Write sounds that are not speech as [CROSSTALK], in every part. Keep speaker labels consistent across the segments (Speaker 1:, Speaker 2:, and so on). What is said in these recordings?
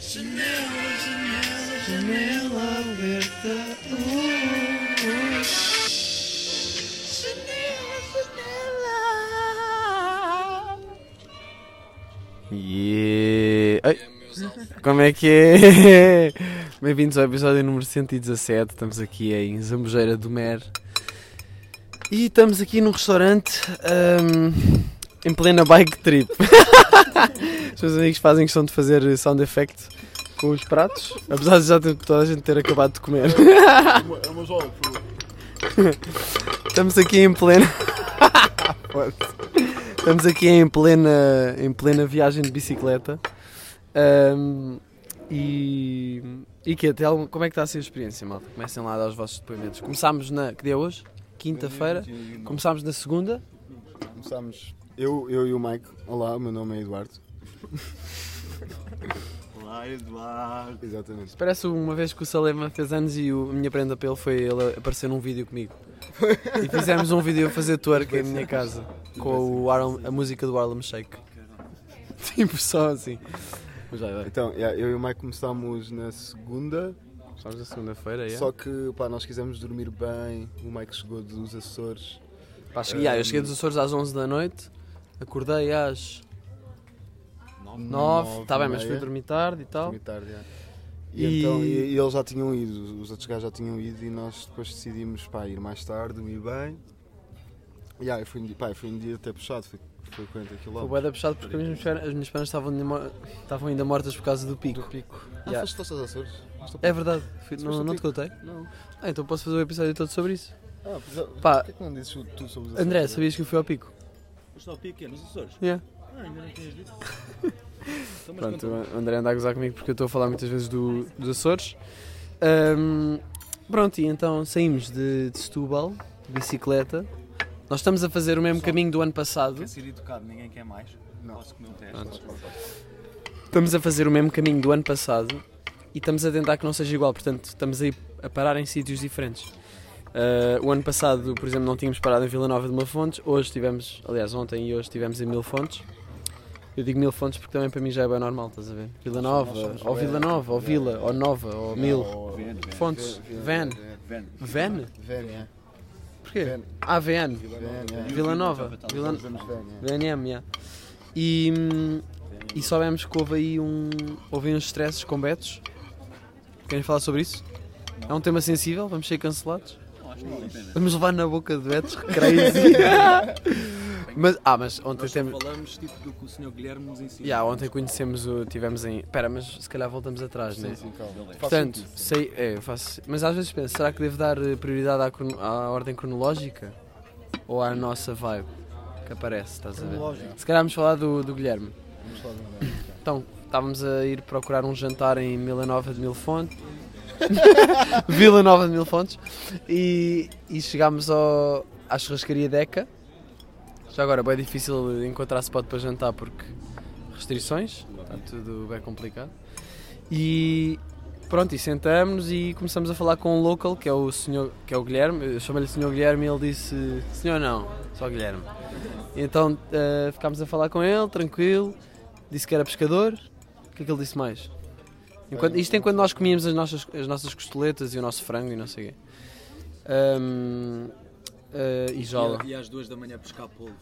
Speaker 1: Janela, janela, janela aberta. Uh, uh. Janela, janela.
Speaker 2: E. Ai, como é que é? [LAUGHS] Bem-vindos ao episódio número 117. Estamos aqui em Zambujeira do Mer. E estamos aqui num restaurante ahm, em plena bike trip. [LAUGHS] os meus amigos fazem questão de fazer sound effect com os pratos, apesar de já ter- toda a gente ter acabado de comer. [LAUGHS] Estamos aqui em plena. Estamos aqui em plena, em plena viagem de bicicleta. Ahm, e. E que até como é que está a ser a experiência, malta? Comecem lá a dar os vossos depoimentos. Começámos na. Que dia é hoje? Quinta-feira. Começámos na segunda.
Speaker 3: Começámos eu, eu e o Mike. Olá, o meu nome é Eduardo.
Speaker 4: [LAUGHS] Olá, Eduardo.
Speaker 3: Exatamente.
Speaker 2: Parece uma vez que o Salema fez anos e o- a minha prenda para ele foi ele aparecer num vídeo comigo. E fizemos um vídeo a fazer twerk em minha casa com o Harlem- a música do Harlem Shake. Tipo só assim. Mas vai, vai.
Speaker 3: Então, yeah, eu e o Mike começámos na segunda,
Speaker 2: Começámos na segunda-feira, é?
Speaker 3: só que pá, nós quisemos dormir bem. O Mike chegou dos Açores.
Speaker 2: Pá, cheguei, ah, eu cheguei dos Açores às 11 da noite, acordei às 9, está Tá bem, mas fui
Speaker 3: meia,
Speaker 2: dormir tarde e tal.
Speaker 3: dormi tarde, yeah. E,
Speaker 2: E-
Speaker 3: então, e, e eles já tinham ido, os outros gajos já tinham ido e nós depois decidimos pá, ir mais tarde, dormir bem. Yeah, e foi, um dia- pá, foi um dia até puxado, foi, foi 40
Speaker 2: Foi
Speaker 3: km.
Speaker 2: bué da puxado porque as minhas pernas, as minhas pernas estavam, ainda mor- estavam ainda mortas por causa do pico.
Speaker 3: Ah,
Speaker 2: Yeah.
Speaker 3: foste aos Açores? Foste ao-
Speaker 2: É verdade, fui-
Speaker 3: Mas
Speaker 2: não,
Speaker 3: tu
Speaker 2: não te contei?
Speaker 3: Não.
Speaker 2: Ah, então posso fazer o episódio todo sobre isso.
Speaker 3: Ah, pois,
Speaker 2: Pá.
Speaker 3: Por que é que não dizes tudo sobre os Açores?
Speaker 2: André, sabias que eu fui ao pico?
Speaker 4: Mas só pique, é nos Açores?
Speaker 2: Yeah.
Speaker 4: Ah, ainda não tinhas dito. [LAUGHS] Então, mas
Speaker 2: Pronto,
Speaker 4: conta-me.
Speaker 2: o André anda a gozar comigo porque eu estou a falar muitas vezes do, dos Açores. Ahm, pronto, e então saímos de, de Setúbal, de bicicleta. Nós estamos a fazer o mesmo caminho do ano passado.
Speaker 4: Quer ser educado, ninguém quer mais.
Speaker 3: Não.
Speaker 4: Posso comer um teste?
Speaker 2: Estamos a fazer o mesmo caminho do ano passado e estamos a tentar que não seja igual, portanto, estamos a, ir- a parar em sítios diferentes. Ah, o ano passado, por exemplo, não tínhamos parado em Vila Nova de Mil Fontes, hoje tivemos, aliás, ontem e hoje estivemos em Mil Fontes. Eu digo Mil Fontes porque também para mim já é bem normal, estás a ver? Vila Nova, ou Vila Nova, ou Vila, ou Nova, ou Mil
Speaker 3: Oh,
Speaker 4: Ven, ven,
Speaker 2: Fontes, Van,
Speaker 4: ven.
Speaker 2: Van?
Speaker 3: Vénia.
Speaker 2: Porquê? Ah,
Speaker 3: Ven.
Speaker 2: AVN,
Speaker 3: Vénia.
Speaker 2: Vila Nova, Vila,
Speaker 3: Vénia.
Speaker 2: VNM, yeah. E, hum, e soubemos que houve aí um. Houve aí uns stresses com betos. Querem falar sobre isso? É um tema sensível, vamos ser cancelados.
Speaker 4: Não, acho que não vale a pena.
Speaker 2: Vamos levar na boca de betos, crazy. [LAUGHS] mas, ah, mas ontem
Speaker 4: Nós
Speaker 2: temos.
Speaker 4: falamos tipo do que o Sr. Guilherme nos ensina.
Speaker 2: Yeah, ontem conhecemos o. Tivemos em. Espera, mas se calhar voltamos atrás, né?
Speaker 3: Sim, sim, calma. Faz
Speaker 2: Portanto,
Speaker 3: sentido.
Speaker 2: sei, é, eu faço, mas às vezes penso, será que devo dar eh, prioridade à, crono- à ordem cronológica? Ou à nossa vibe que aparece, estás a ver?
Speaker 3: Cronológica.
Speaker 2: Se calhar vamos falar do, do Guilherme.
Speaker 3: Vamos falar de André.
Speaker 2: Então, estávamos a ir procurar um jantar em Vila Nova de Mil
Speaker 3: [LAUGHS]
Speaker 2: Fontes. Vila Nova de Mil Fontes. E, e chegámos ao, à churrascaria Deca. Já agora, bem difícil encontrar spot para jantar porque restrições, está tudo bem complicado. E pronto, e sentamos-nos e começamos a falar com um local, que é o senhor, que é o Guilherme. Eu chamei-lhe senhor Guilherme e ele disse, senhor não, só Guilherme. Então eh, ficámos a falar com ele, tranquilo. Disse que era pescador. O que é que ele disse mais? Enquanto, isto enquanto nós comíamos as nossas, as nossas costeletas e o nosso frango e não sei o quê. Ahm, eh, e jola.
Speaker 4: E, e às duas da manhã pescar polvo.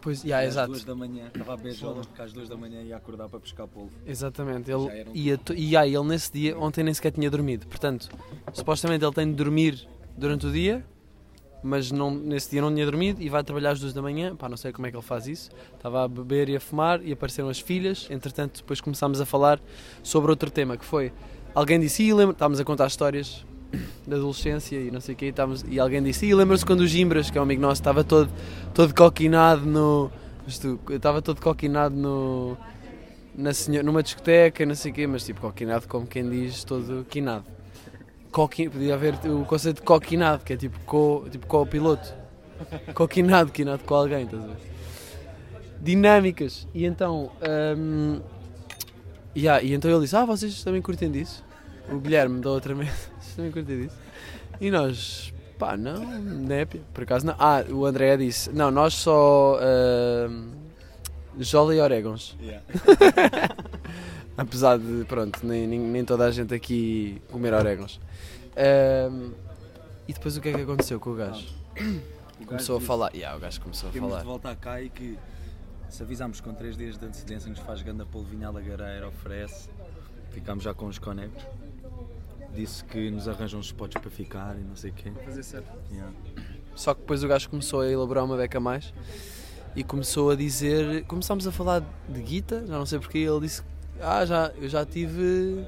Speaker 2: Pois, yeah,
Speaker 4: E
Speaker 2: exato.
Speaker 4: Às duas da manhã. Estava a beber jolas porque às duas da manhã ia acordar para pescar polvo.
Speaker 2: Exatamente,
Speaker 4: Já
Speaker 2: ele
Speaker 4: era um
Speaker 2: ia to- e aí ele nesse dia, ontem nem sequer tinha dormido, portanto, supostamente ele tem de dormir durante o dia, mas não, nesse dia não tinha dormido e vai trabalhar às duas da manhã, pá, não sei como é que ele faz isso, estava a beber e a fumar e apareceram as filhas, entretanto depois começámos a falar sobre outro tema, que foi, alguém disse, e lembra, estávamos a contar histórias da adolescência e não sei o quê, e, estávamos- e alguém disse, e lembra-se quando o Gimbras, que é um amigo nosso, estava todo, todo coquinado no... isto, Estava todo coquinado no, na senho- numa discoteca, não sei o quê, mas tipo coquinado, como quem diz, todo quinado. Coqui, podia haver o conceito de coquinado, que é tipo co, tipo co-piloto. Coquinado, quinado com alguém, estás a ver? Dinâmicas. E então, hum, yeah, e então ele disse: Ah, vocês também curtem disso? O Guilherme da outra mesa, [LAUGHS] vocês também curtem disso? E nós, pá, não, népia, por acaso não. Ah, o André disse: Não, nós só. hum, jola e orégãos.
Speaker 4: Yeah.
Speaker 2: Apesar de, pronto, nem, nem, nem toda a gente aqui comer orégãos. Ahm, e depois o que é que aconteceu com o gajo?
Speaker 5: Ah, O
Speaker 2: [LAUGHS]
Speaker 5: gajo
Speaker 2: Começou a
Speaker 5: disse,
Speaker 2: falar. Yeah, o gajo começou a
Speaker 5: Temos de
Speaker 2: falar.
Speaker 5: voltar cá e que se avisámos com 3 dias de antecedência nos faz ganda polvinha à lagareira, oferece. Ficámos já com os conectos. Disse que nos arranjam uns spots para ficar e não sei o quê.
Speaker 6: Fazer certo.
Speaker 5: Yeah.
Speaker 2: Só que depois o gajo começou a elaborar uma beca a mais e começou a dizer. Começámos a falar de guita, já não sei porque. Ele disse: Ah, já, eu já tive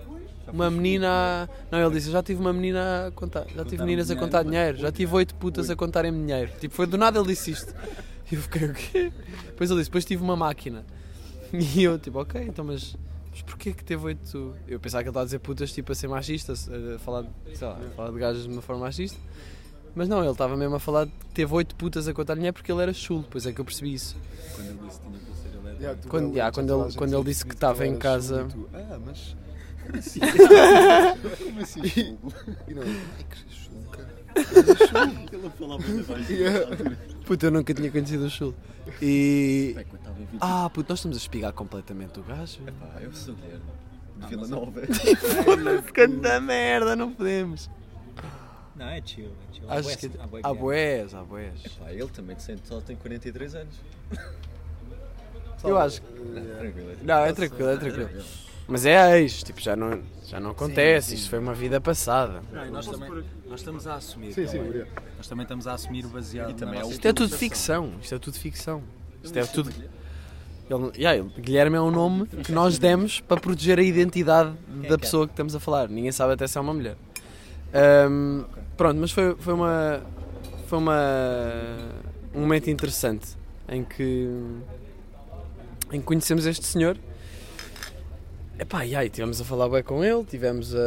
Speaker 2: uma menina. a-" Não, ele disse: Eu já tive uma menina a contar. Já tive
Speaker 5: Contar-me
Speaker 2: meninas a
Speaker 5: dinheiro,
Speaker 2: contar
Speaker 5: mas-
Speaker 2: dinheiro, já tive oito putas a contarem-me dinheiro. Tipo, foi do nada ele disse isto. E eu fiquei: O quê? Depois ele disse: Depois tive uma máquina. [LAUGHS] E eu, tipo, ok, então, mas. Mas porquê que teve oito. Eu pensava que ele estava a dizer putas, tipo, a ser machista, a falar, de- sei lá, a falar de gajas de uma forma machista. Mas não, ele estava mesmo a falar de que teve oito putas a contar dinheiro porque ele era chulo, pois é que eu percebi isso.
Speaker 5: Quando ele disse que tinha pulseira elétrica.
Speaker 3: Yeah, tu
Speaker 2: Quando-
Speaker 3: ali,
Speaker 2: yeah,
Speaker 3: já
Speaker 2: quando
Speaker 3: toda
Speaker 2: ele-
Speaker 3: a gente
Speaker 2: quando ele disse que estava em
Speaker 3: era
Speaker 2: casa-
Speaker 3: chulo e tu, ah, mas. Como assim?
Speaker 2: [LAUGHS]
Speaker 3: Como assim? chulo?" E não, ai que chulo, cara.
Speaker 6: Ele a falar muito baixo.
Speaker 2: Puta, eu nunca tinha conhecido o chulo. E.
Speaker 6: Bem, quando estava em vídeo,
Speaker 2: Ah, puto, nós estamos a espigar completamente o gajo. Ah, é
Speaker 6: pá, eu sou Guilherme. De Vila
Speaker 2: [LAUGHS]
Speaker 6: Nova.
Speaker 2: Foda-se, canta merda, não podemos.
Speaker 5: Não, é chill, é chill.
Speaker 2: Acho que. Há boés, há boés.
Speaker 6: Pá, ele também de Santo Sol tem 43 anos.
Speaker 2: Eu acho que.
Speaker 6: Tranquilo.
Speaker 5: tipo-
Speaker 2: Não, é tranquilo, é tranquilo. Mas é ex, tipo, já não, já não acontece, isto foi uma vida passada.
Speaker 5: Não, e nós, também, nós estamos a assumir.
Speaker 3: Sim, sim,
Speaker 5: também.
Speaker 3: Maria.
Speaker 5: Nós também estamos a assumir o baseado.
Speaker 6: E também
Speaker 5: na
Speaker 6: é
Speaker 5: nossa
Speaker 2: Isto é tudo
Speaker 5: interpretação.
Speaker 2: ficção, isto é tudo ficção. Isto é tudo. Ele- yeah, ele- Guilherme é um nome que nós demos para proteger a identidade da pessoa que estamos a falar. Ninguém sabe até se é uma mulher. Ahm, pronto, mas foi, foi uma. Foi uma. Um momento interessante em que. em que conhecemos este senhor. Epá, e aí, estivemos a falar bem com ele, tivemos a.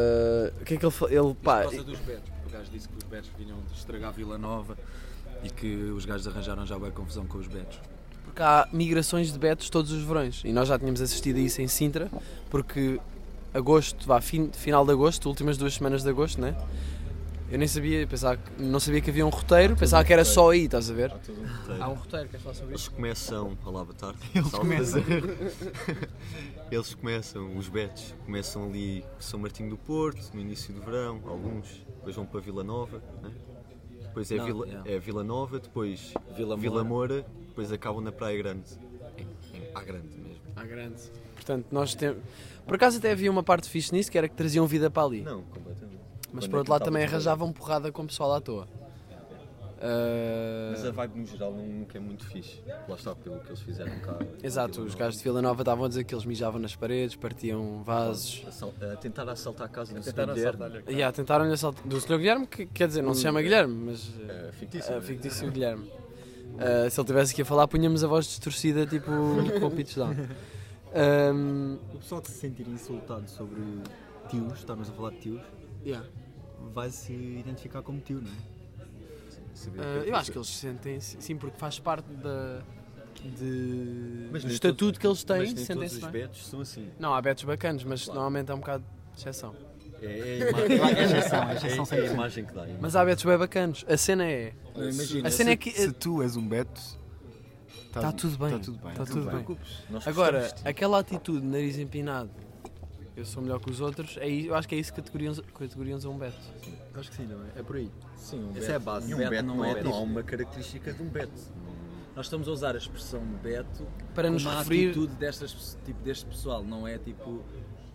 Speaker 2: O que é que ele. fa- ele
Speaker 5: Por
Speaker 2: pá,
Speaker 5: causa dos Betos, porque o gajo disse que os Betos vinham de estragar Vila Nova e que os gajos arranjaram já boa confusão com os Betos.
Speaker 2: Porque há migrações de betos todos os verões. E nós já tínhamos assistido a isso em Sintra, porque agosto, vá, fim- final de agosto, últimas duas semanas de agosto, né? Eu nem sabia, pensava que- não sabia que havia um roteiro, pensava que era só aí, estás a ver? Há um roteiro, queres falar sobre
Speaker 7: Eles começam. Olá, boa tarde. Eles começam. [LAUGHS] Eles começam, os betos, começam ali por São Martinho do Porto, no início do verão, alguns. Depois vão para Vila Nova, né? depois é,
Speaker 5: Não,
Speaker 7: Vila,
Speaker 5: yeah.
Speaker 7: é Vila Nova, depois
Speaker 5: Vila
Speaker 7: Vila Moura, depois acabam na Praia Grande. Em, em, à Grande mesmo.
Speaker 2: À grande. Portanto, nós temos. Por acaso até havia uma parte fixe nisso, que era que traziam vida para ali.
Speaker 7: Não, completamente.
Speaker 2: Mas
Speaker 7: Quando
Speaker 2: por
Speaker 7: é
Speaker 2: outro lado
Speaker 7: que
Speaker 2: também
Speaker 7: estava a
Speaker 2: arranjavam porrada com o pessoal à toa. Ah,
Speaker 7: Mas a vibe no geral não- nunca é muito fixe. Lá está pelo que eles fizeram cá.
Speaker 2: Exato,
Speaker 7: Vila
Speaker 2: os
Speaker 7: Nova.
Speaker 2: gajos de Vila Nova estavam a dizer que eles mijavam nas paredes, partiam vasos.
Speaker 7: Assal- a tentar assaltar a casa do
Speaker 6: Tentaram
Speaker 7: Sr. Guilherme.
Speaker 6: assaltar-lhe a
Speaker 2: Yeah, tentaram-lhe assaltar. Do Sr. Guilherme, que quer dizer, não se chama Guilherme, mas.
Speaker 7: Hum, É fictício.
Speaker 2: É
Speaker 7: né?
Speaker 2: fictício Guilherme. Eh, se ele tivesse aqui a falar, punhamos a voz distorcida,
Speaker 7: [LAUGHS]
Speaker 2: tipo, com o pitch down.
Speaker 7: Hum.
Speaker 2: Ahm,
Speaker 6: O pessoal que se sentir insultado sobre tios, estamos a falar de tios,
Speaker 2: yeah.
Speaker 6: vai se identificar como tio, não é?
Speaker 7: Sabia que
Speaker 2: Eh,
Speaker 7: era
Speaker 2: eu acho
Speaker 7: fictício.
Speaker 2: que eles sentem sim, porque faz parte da, de,
Speaker 7: Mas
Speaker 2: do
Speaker 7: nem
Speaker 2: estatuto que eles
Speaker 7: Mas
Speaker 2: têm,
Speaker 7: nem todos
Speaker 2: sentem-se
Speaker 7: os
Speaker 2: bem.
Speaker 7: betos são assim.
Speaker 2: Não, há betos bacanas, mas normalmente é um bocado de exceção.
Speaker 7: É, é a imagem, é,
Speaker 6: exceção, é exceção
Speaker 7: é, é a imagem que dá.
Speaker 2: Mas há betos bem bacanas. A cena é.
Speaker 5: Não imagina.
Speaker 2: A cena é que.
Speaker 3: Se tu és um Beto.
Speaker 2: Está Tá tudo bem.
Speaker 3: Está tudo bem.
Speaker 2: Está tudo bem.
Speaker 7: Nós
Speaker 2: Agora,
Speaker 7: gostamos
Speaker 2: aquela atitude, nariz empinado, eu sou melhor que os outros, é, i- eu acho que é isso que categorizam, categorizam um Beto.
Speaker 6: Acho que sim, não é? É por aí.
Speaker 5: Sim, um
Speaker 7: de ti.
Speaker 5: Beto.
Speaker 7: Essa é a base.
Speaker 5: E
Speaker 7: Um
Speaker 5: um
Speaker 7: beto, não, é,
Speaker 5: beto.
Speaker 6: tipo
Speaker 7: não há uma característica de um beto.
Speaker 5: Nós estamos a usar a expressão Beto
Speaker 2: Para nos
Speaker 5: como a
Speaker 2: referir-
Speaker 5: atitude destas, pe- tipo, deste pessoal, não é tipo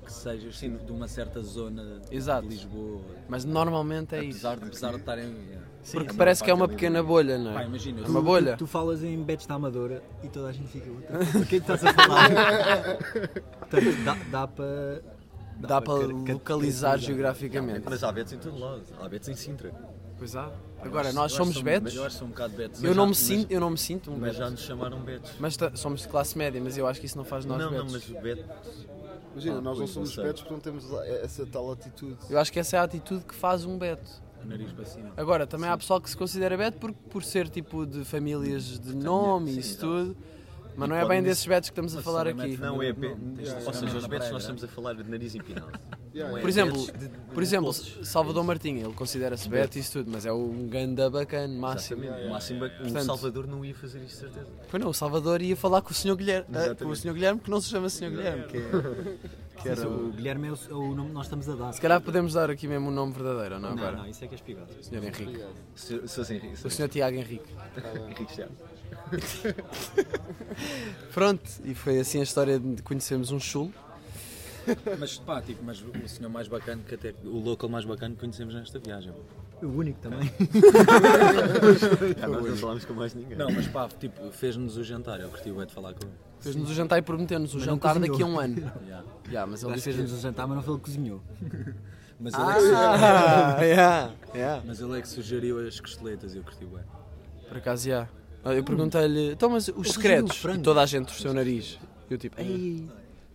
Speaker 5: que sejas tipo, de uma certa zona
Speaker 2: Exato.
Speaker 5: de Lisboa.
Speaker 2: Mas normalmente é isso.
Speaker 5: Apesar de, apesar de estarem.
Speaker 4: eh,
Speaker 5: é.
Speaker 2: Porque parece que é uma pequena bolha, não
Speaker 5: Pá,
Speaker 2: é?
Speaker 5: imagina,
Speaker 2: É
Speaker 5: eu
Speaker 2: uma
Speaker 5: sou-
Speaker 2: bolha.
Speaker 6: Tu falas em Betos da Amadora e toda a gente fica outra.
Speaker 7: [LAUGHS]
Speaker 6: O que é que estás a falar? Portanto, dá, dá para.
Speaker 2: Dá para
Speaker 5: é
Speaker 6: ca- ca-
Speaker 2: localizar
Speaker 6: caracterizar.
Speaker 2: geográficamente.
Speaker 7: Mas há betos em todo lado. Há betos em Sintra.
Speaker 2: Pois há. Agora,
Speaker 5: eu
Speaker 2: nós
Speaker 5: acho
Speaker 2: somos
Speaker 5: que sou-
Speaker 2: Betos.
Speaker 5: Eu acho que sou um bocado Beto.
Speaker 2: Eu não me sinto, eu não me sinto um
Speaker 7: Mas já
Speaker 2: Beto.
Speaker 7: nos chamaram betos.
Speaker 2: Mas ta- somos de classe média, mas eu acho que isso não faz de nós
Speaker 7: não, não,
Speaker 2: Betos.
Speaker 7: mas o beto...
Speaker 3: Imagina,
Speaker 7: Ah,
Speaker 3: nós não
Speaker 7: pois, não
Speaker 3: somos
Speaker 7: sei.
Speaker 3: Betos porque não temos lá essa tal atitude.
Speaker 2: Eu acho que essa é a atitude que faz um Beto.
Speaker 5: O nariz para cima.
Speaker 2: Agora, também há pessoal que se considera Beto por, por ser tipo de famílias de nome e
Speaker 7: sim,
Speaker 2: isso
Speaker 7: exato.
Speaker 2: tudo. Mas não é
Speaker 7: podem
Speaker 2: bem
Speaker 7: ser-
Speaker 2: desses Betos que estamos a
Speaker 5: mas
Speaker 2: falar
Speaker 5: também
Speaker 2: aqui.
Speaker 5: mete-
Speaker 7: Não, é
Speaker 5: Não,
Speaker 7: beto.
Speaker 5: não, tens de
Speaker 7: Ou
Speaker 5: estar
Speaker 7: seja,
Speaker 5: na
Speaker 7: os betos
Speaker 5: praia,
Speaker 7: nós
Speaker 5: não é?
Speaker 7: estamos a falar de nariz empinado.
Speaker 3: Yeah,
Speaker 7: Não é
Speaker 2: Por exemplo,
Speaker 7: betos de- É de-
Speaker 2: por exemplo
Speaker 7: de-
Speaker 2: Salvador Martinha, ele considera-se Beto e isso tudo, mas é um ganda bacana, máximo.
Speaker 7: Exatamente. O máximo é que o
Speaker 2: Portanto-
Speaker 7: Salvador não ia fazer isto, de certeza.
Speaker 2: Pois não, o Salvador ia falar com o Sr. Guilherme, ah, com o
Speaker 7: Exatamente.
Speaker 2: Sr. Guilherme que não se chama Sr. Guilherme, que é
Speaker 3: que era
Speaker 7: o
Speaker 3: o
Speaker 7: Guilherme é o, é o nome que nós estamos a dar.
Speaker 2: Se calhar podemos dar aqui mesmo o nome verdadeiro, ou não
Speaker 7: Não,
Speaker 2: agora?
Speaker 7: não, isso é que é espigado.
Speaker 2: Senhor Henrique.
Speaker 4: Sou, sou assim, Henrique.
Speaker 2: O senhor Tiago Henrique.
Speaker 4: Henrique Esteves.
Speaker 2: Pronto, e foi assim a história de conhecermos um chulo.
Speaker 4: Mas pá, tipo, mas o senhor mais bacana que até. O local mais bacana que conhecemos nesta viagem.
Speaker 7: O único também.
Speaker 8: Ah, nós não falámos com mais ninguém.
Speaker 4: Não, mas pá, tipo, fez-nos o jantar. Eu curti o de falar com ele.
Speaker 2: Fez-nos o jantar e prometeu-nos o
Speaker 7: Mas não
Speaker 2: jantar
Speaker 7: cozinhou.
Speaker 2: daqui a um ano.
Speaker 4: Yeah.
Speaker 2: Já, mas ele
Speaker 7: Ele
Speaker 2: disse que...
Speaker 7: fez-nos um jantar, mas não foi ele que cozinhou.
Speaker 4: Mas,
Speaker 5: [LAUGHS]
Speaker 4: ele é
Speaker 2: Ah, yeah, yeah.
Speaker 4: que, mas ele é que sugeriu as costeletas e eu curti o
Speaker 2: Por acaso, já. Ah, Eu perguntei-lhe, então, mas os
Speaker 7: cozinhou
Speaker 2: secretos?
Speaker 7: frango.
Speaker 2: E toda a gente torceu o nariz. Eu tipo, ei.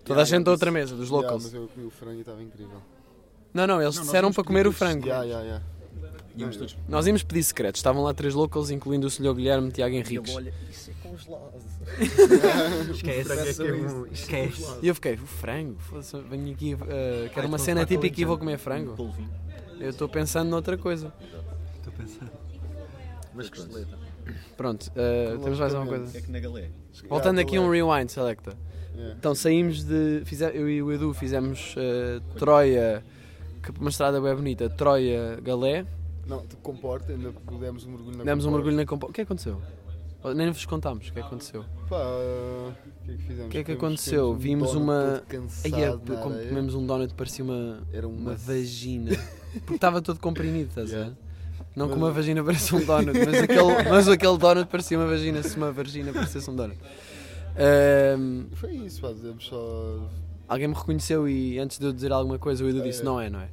Speaker 2: Toda a gente da outra mesa, dos
Speaker 3: Yeah,
Speaker 2: locals.
Speaker 3: mas eu comi o frango e estava incrível.
Speaker 2: Não, não, eles disseram para comer o frango.
Speaker 3: Yeah, yeah, yeah.
Speaker 4: Íamos todos.
Speaker 2: Nós íamos pedir secretos. Estavam lá três locals, incluindo o senhor Guilherme Tiago Henriques.
Speaker 4: isso é congelado.
Speaker 7: [LAUGHS] Esquece. Esquece.
Speaker 2: E eu fiquei, o frango? Foda-se, venho aqui, eh, quero
Speaker 7: então
Speaker 2: uma cena típica
Speaker 7: né?"
Speaker 2: e vou comer
Speaker 7: Um
Speaker 2: frango.
Speaker 8: Polvinho.
Speaker 2: Eu estou pensando noutra coisa.
Speaker 7: Estou a pensar.
Speaker 4: Mas costeleta.
Speaker 2: Pronto, eh, temos mais uma coisa.
Speaker 8: É que na galé.
Speaker 2: Voltando
Speaker 3: Yeah, é.
Speaker 2: aqui um rewind, Selecta.
Speaker 3: Yeah.
Speaker 2: Então saímos de. fize- eu e o Edu fizemos eh, Troia, que uma estrada bem bonita, Troia Galé.
Speaker 3: Não, te comporta, ainda demos um mergulho na
Speaker 2: Demos um
Speaker 3: comporta.
Speaker 2: mergulho na compo. O que é que aconteceu? Oh, Nem vos contámos o que é que aconteceu.
Speaker 3: Pá, o que é que fizemos?
Speaker 2: O que é que
Speaker 3: Comemos-
Speaker 2: aconteceu?
Speaker 3: comemos um
Speaker 2: Vimos
Speaker 3: donut
Speaker 2: uma-
Speaker 3: todo cansado
Speaker 2: Aí é,
Speaker 3: na
Speaker 2: como
Speaker 3: areia.
Speaker 2: comemos um donut, parecia uma,
Speaker 3: Era uma-
Speaker 2: uma vagina.
Speaker 3: [LAUGHS]
Speaker 2: Porque estava todo comprimido, estás a ver?
Speaker 3: Yeah.
Speaker 2: Não que
Speaker 3: Mas-
Speaker 2: uma vagina pareça um donut, mas
Speaker 3: [LAUGHS]
Speaker 2: aquele, mas aquele donut parecia uma vagina se uma vagina parecesse um donut. Ehm, Ahm,
Speaker 3: Foi isso, pá, demos só. [LAUGHS]
Speaker 2: alguém me reconheceu e antes de eu dizer alguma coisa, o Edu disse: Não é, não é?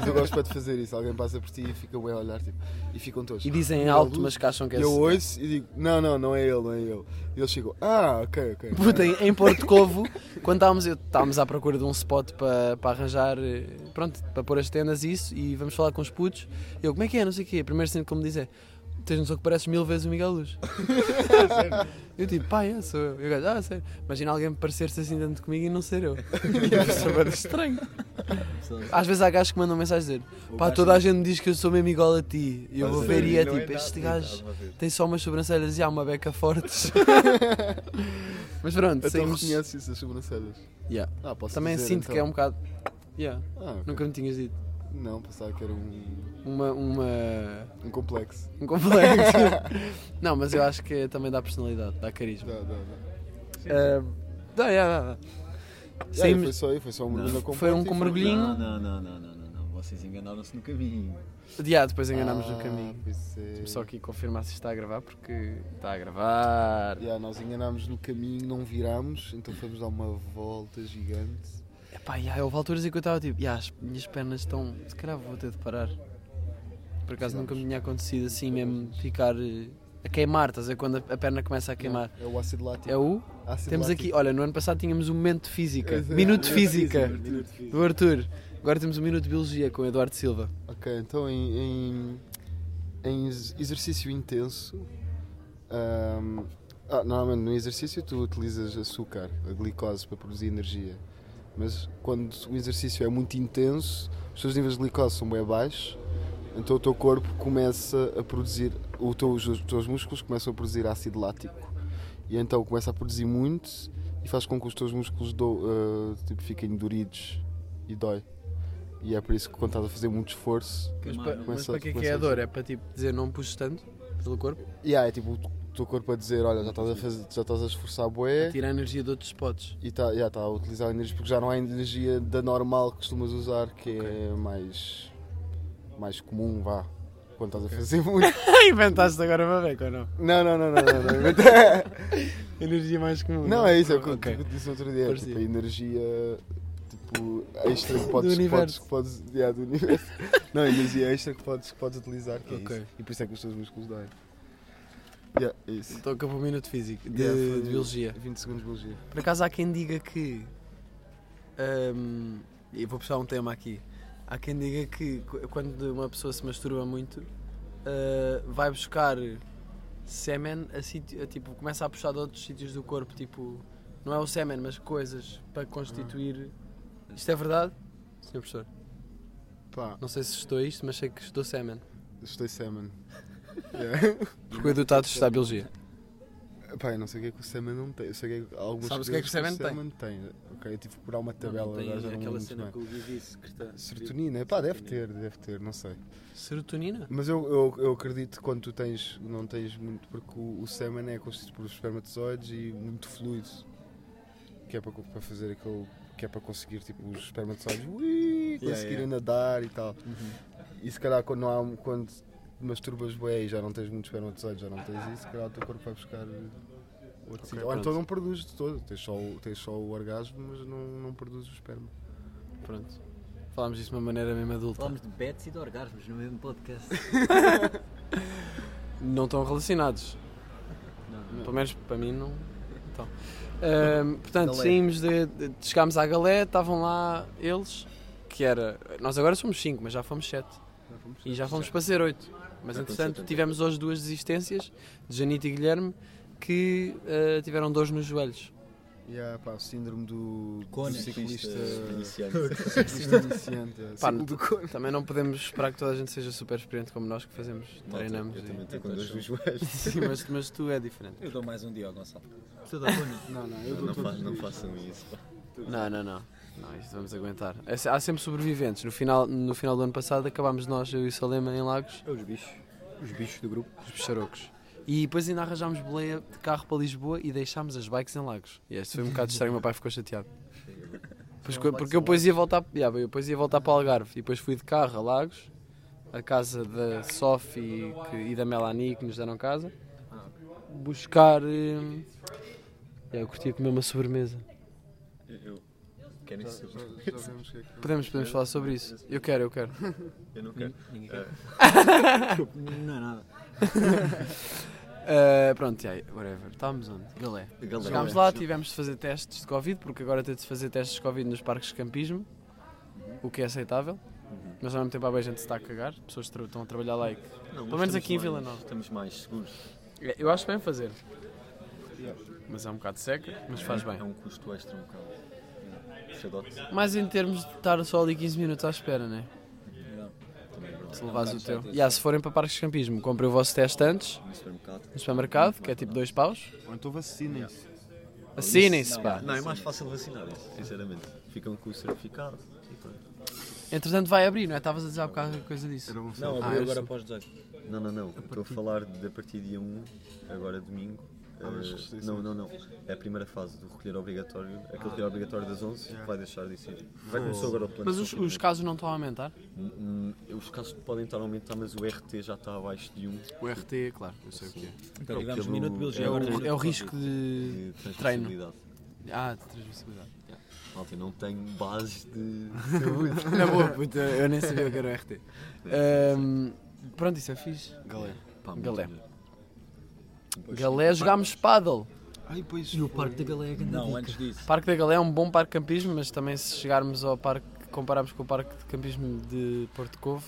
Speaker 3: Eu, eu gosto para de fazer isso. Alguém passa por ti e fica bem a olhar, tipo, e ficam todos.
Speaker 2: E dizem
Speaker 3: "Ah,
Speaker 2: alto,
Speaker 3: Ludo."
Speaker 2: mas que acham que é
Speaker 3: E eu
Speaker 2: assim.
Speaker 3: ouço e digo, não, não, não é ele, não é ele. E eles ficam, ah, ok,
Speaker 2: [LAUGHS]
Speaker 3: ok.
Speaker 2: Puta, em, em Porto Covo, [LAUGHS] quando estávamos, eu- estávamos à procura de um spot para, para arranjar, eh, pronto, para pôr as tendas e isso, e vamos falar com os putos. E eu, como é que é? Não sei o quê. Primeiro sendo como dizer, tens noção que pareces mil vezes o Miguel
Speaker 3: [LAUGHS]
Speaker 2: Luz. eu tipo, pá, é, sou eu. E o gajo, ah, sério. Imagina alguém parecer-se assim tanto comigo e não ser
Speaker 3: [LAUGHS]
Speaker 2: eu. [LAUGHS] Isso é bué estranho. Às vezes há gajos que mandam mensagem dizer, pá, toda a gente me diz que eu sou mesmo igual a ti. E eu vou ver e é tipo, este
Speaker 3: então,
Speaker 2: gajo tem só umas sobrancelhas e há uma beca fortes.
Speaker 3: [LAUGHS]
Speaker 2: [LAUGHS] Mas pronto,
Speaker 3: Então
Speaker 2: saímos.
Speaker 3: reconheces isso, as sobrancelhas.
Speaker 2: Yeah.
Speaker 3: Ah, posso
Speaker 2: Também
Speaker 3: dizer,
Speaker 2: sinto
Speaker 3: então.
Speaker 2: que é um bocado. Yeah,
Speaker 3: Ah, ok.
Speaker 2: Nunca me tinhas dito.
Speaker 3: Não, pensava que era um,
Speaker 2: Uma. [LAUGHS] uma...
Speaker 3: um complexo.
Speaker 2: Um complexo.
Speaker 3: [LAUGHS]
Speaker 2: não, mas eu acho que é também dá personalidade, dá carisma.
Speaker 3: Dá, dá, dá.
Speaker 2: Ah, Dá, yeah, dá, dá.
Speaker 3: Yeah, e foi
Speaker 2: Saímos.
Speaker 3: só aí, foi só um mergulho na comporta.
Speaker 2: Foi um
Speaker 3: e
Speaker 2: com mergulhinho.
Speaker 8: Não, não, não, não, não, não, não. Vocês enganaram-se no caminho.
Speaker 2: Yeah, depois enganámos
Speaker 3: Ah,
Speaker 2: no caminho. Tipo,
Speaker 3: pois é.
Speaker 2: Só aqui confirmar se está a gravar, porque está a gravar.
Speaker 3: Yeah, nós enganámos no caminho, não virámos, então fomos dar uma volta gigante.
Speaker 2: Epá, yeah, houve alturas em que eu estava tipo, yeah, as minhas pernas estão. Se calhar vou ter de parar. Por acaso nunca me tinha acontecido assim mesmo ficar eh, a queimar, estás a ver? Quando a a perna começa a queimar.
Speaker 3: É o ácido lático.
Speaker 2: É o.
Speaker 3: Ácido
Speaker 2: Temos
Speaker 3: lático.
Speaker 2: aqui, olha, no ano passado tínhamos um momento de física,
Speaker 3: tipo Exato.
Speaker 2: minuto
Speaker 3: [LAUGHS]
Speaker 2: de física
Speaker 3: Minuto de
Speaker 2: do Arthur. Agora temos um minuto de biologia com o Eduardo Silva.
Speaker 3: Ok, então em, em- em ex- exercício intenso, ahm, ah, normalmente no exercício tu utilizas açúcar, a glicose, para produzir energia. Mas quando o exercício é muito intenso, os teus níveis de glicose são bem baixos, então o teu corpo começa a produzir, o teu- os teus músculos começam a produzir ácido lático. E então começa a produzir muito e faz com que os teus músculos do- ah, tipo, fiquem duridos e dói. E é por isso que quando estás a fazer muito esforço,
Speaker 2: Mas,
Speaker 4: Queimar, não
Speaker 2: para,
Speaker 4: é?
Speaker 2: mas
Speaker 3: Começa-
Speaker 2: para que é que
Speaker 3: começa assim.
Speaker 2: é a
Speaker 3: a-
Speaker 2: dor? É para tipo dizer não puxes tanto pelo corpo?
Speaker 3: yeah, é tipo o teu corpo a dizer, olha, já estás a, fazer, já estás a esforçar
Speaker 2: É.
Speaker 3: bué
Speaker 2: Tirar energia de outros spots.
Speaker 3: e está yeah, tá a utilizar energia, porque já não há energia da normal que costumas usar, que é mais, mais comum, vá, quando estás a fazer
Speaker 2: [LAUGHS]
Speaker 3: muito.
Speaker 2: [LAUGHS] Inventaste agora uma beca ou não?
Speaker 3: Não, não, não, não, não,
Speaker 2: [LAUGHS]
Speaker 3: não. Mas-
Speaker 2: Energia mais comum.
Speaker 3: Não, é isso, é o que eu
Speaker 2: Ok.
Speaker 3: te disse no outro dia.
Speaker 2: Parecia.
Speaker 3: Tipo, a energia tipo, extra que podes, que podes,
Speaker 2: universo.
Speaker 3: que podes yeah, do
Speaker 2: [LAUGHS]
Speaker 3: universo. não, a energia extra que podes, que podes utilizar. Que
Speaker 2: Ok.
Speaker 3: é isso. E por isso é que os teus músculos doem. Yeah, é isso.
Speaker 2: Então acabou o minuto físico de,
Speaker 3: Yeah, foi
Speaker 2: de biologia.
Speaker 3: 20 segundos de biologia.
Speaker 2: Por acaso há quem diga que. hum, e vou puxar um tema aqui. Há quem diga que qu- quando uma pessoa se masturba muito, uh, vai buscar semen a sítio. a, tipo, começa a puxar de outros sítios do corpo, tipo. Não é o semen, mas coisas para constituir. Isto é verdade? Senhor professor,
Speaker 3: Pá,
Speaker 2: não sei se estou isto, mas sei que estou semen.
Speaker 3: estou semen. Yeah.
Speaker 2: Porque o Edu está a testar biologia.
Speaker 3: Pá, eu não sei o que é que o Semen não tem. Eu sei que é algumas
Speaker 5: Sabes o que é que o
Speaker 3: coisas
Speaker 5: Semen
Speaker 3: tem. Ok, eu tive que procurar uma tabela.
Speaker 4: não, não tem
Speaker 3: agora já não
Speaker 4: aquela
Speaker 3: lembro
Speaker 4: cena
Speaker 3: muito
Speaker 4: que
Speaker 3: bem.
Speaker 4: o Gui disse que está.
Speaker 3: Serotonina, pá, deve ter, deve ter, não sei.
Speaker 2: Serotonina?
Speaker 3: Mas eu, eu, eu acredito que quando tu tens, não tens muito, porque o, o sêmen é constituído por espermatozoides e muito fluido, que é para, co- para fazer aquele, que é para conseguir tipo os espermatozoides ui, conseguirem nadar e tal. E se calhar quando não há, um- quando masturbas bem e já não tens muitos espermatozoides, já não tens isso, se calhar o teu corpo vai buscar outro sítio. Ou então não produzes de todo, tens só, o- tens só o orgasmo, mas não, não produzes o esperma.
Speaker 2: Pronto. Falámos disso de uma maneira mesmo adulta.
Speaker 7: Falámos de bets e de orgasmos no mesmo podcast.
Speaker 2: Não estão relacionados. Pelo menos para mim não. estão. Ahm, portanto, saímos de, de- Chegámos à galé, estavam lá eles, que era. Nós agora somos 5, mas já fomos 7. E já fomos para ser 8. Mas entretanto tivemos hoje duas desistências, de Janito e Guilherme, que ah, tiveram dores nos joelhos.
Speaker 3: E há pá, o síndrome do, do
Speaker 7: Cone.
Speaker 3: ciclista
Speaker 7: é
Speaker 8: Iniciante.
Speaker 3: [LAUGHS] ciclista iniciante. é,
Speaker 2: Pá,
Speaker 3: ciclo do cone.
Speaker 2: Também não podemos esperar que toda a gente seja super experiente como nós que fazemos, treinamos.
Speaker 8: Eu
Speaker 2: e- [LAUGHS]
Speaker 8: também
Speaker 7: Então,
Speaker 8: tenho com dois dos joelhos.
Speaker 2: Sim, mas, mas tu é diferente.
Speaker 4: Eu dou mais um dia ao Gonçalo.
Speaker 7: Tu dá cone.
Speaker 3: Não, não, eu dou
Speaker 8: Não,
Speaker 3: todos
Speaker 8: fa-
Speaker 3: os
Speaker 8: não
Speaker 3: dias.
Speaker 8: façam isso. pá.
Speaker 2: Não, não, não. Não, isto vamos aguentar. É se- Há sempre sobreviventes. No final, no final do ano passado acabámos nós, eu e o Salema, em Lagos,
Speaker 4: É os bichos. Os bichos do grupo.
Speaker 2: os bicharocos. E depois ainda arranjámos boleia de carro para Lisboa e deixámos as bikes em Lagos. E este foi um bocado estranho, o meu pai ficou chateado. Pois co- porque eu depois ia voltar, yeah, eu depois ia voltar para o Algarve e depois fui de carro a Lagos, a casa da Sophie que- e da Melanie que nos deram casa, buscar. hum, yeah, eu curtia comer uma sobremesa.
Speaker 8: Eu quero isso.
Speaker 3: Já vemos o que é que-
Speaker 2: Podemos, podemos falar sobre isso. Eu quero, eu quero.
Speaker 8: Eu não quero.
Speaker 7: Não é nada.
Speaker 2: Uh, pronto, yeah, whatever. Estávamos onde? é. Galé.
Speaker 8: Galera,
Speaker 2: Chegámos lá, tipo, tivemos de fazer testes de Covid, porque agora tem de se fazer testes de Covid nos parques de campismo, o que é aceitável. Mas ao mesmo tempo há bem gente que se está a cagar, pessoas que tra- estão a trabalhar lá. e que-
Speaker 8: Não,
Speaker 2: Pelo
Speaker 8: nós
Speaker 2: menos
Speaker 8: estamos
Speaker 2: aqui em Vila
Speaker 8: mais-
Speaker 2: Nova.
Speaker 8: Estamos mais seguros.
Speaker 2: É, Eu acho bem fazer. Mas é um bocado seca, mas faz bem.
Speaker 8: É um custo extra um bocado. Puxadote.
Speaker 2: Mas em termos de estar só ali 15 minutos à espera, né? Se levares o teu. E yeah, se forem para parques de campismo, comprem o vosso teste antes,
Speaker 8: No um supermercado.
Speaker 2: no supermercado, que é tipo dois paus.
Speaker 3: Ou então vacinem-se.
Speaker 2: Assinem-se, pá.
Speaker 8: Não, é mais fácil vacinar isso, sinceramente. Ficam com o certificado e pronto.
Speaker 2: Entretanto, vai abrir, não é? Estavas a dizer há bocado qualquer coisa disso.
Speaker 4: Não,
Speaker 2: Ah,
Speaker 4: abriu
Speaker 2: eu
Speaker 4: agora
Speaker 2: sou-
Speaker 4: após 18.
Speaker 8: Não, não, não. Eu Estou a falar de a partir de dia 1, agora é domingo.
Speaker 3: mas
Speaker 8: eh,
Speaker 3: restrições.
Speaker 8: não, não, não. É a primeira fase do recolher obrigatório. Aquele recolher obrigatório das 11 vai deixar de ser. Vai começar agora o plano
Speaker 2: Mas
Speaker 8: de
Speaker 2: os, os
Speaker 8: confinamento.
Speaker 2: casos não estão a aumentar?
Speaker 8: Hum, hum, os casos podem estar a aumentar, mas o RT já está abaixo de 1.
Speaker 2: O RT, claro, eu sei o que é.
Speaker 8: É
Speaker 4: Então
Speaker 8: o
Speaker 4: tivemos
Speaker 8: pelo-
Speaker 4: minuto de biologia.
Speaker 2: É
Speaker 4: agora
Speaker 2: o,
Speaker 4: minuto
Speaker 2: é o
Speaker 4: de
Speaker 2: risco de.
Speaker 8: De
Speaker 2: treino.
Speaker 8: transmissibilidade.
Speaker 2: Ah, de transmissibilidade.
Speaker 8: Malta, eu não tenho bases de.
Speaker 2: Na boa, puta, eu nem sabia o que era o RT. Ahm, pronto, isso é fixe.
Speaker 3: Galera.
Speaker 8: Pá, muito
Speaker 2: Galé.
Speaker 8: melhor.
Speaker 2: Galé, jogámos paddle.
Speaker 3: Ai, pois.
Speaker 7: E o parque da Galé é grande
Speaker 4: Não,
Speaker 7: dica.
Speaker 4: antes disso.
Speaker 2: Parque da Galé é um bom parque de campismo, mas também se chegarmos ao parque, compararmos com o parque de campismo de Porto Covo,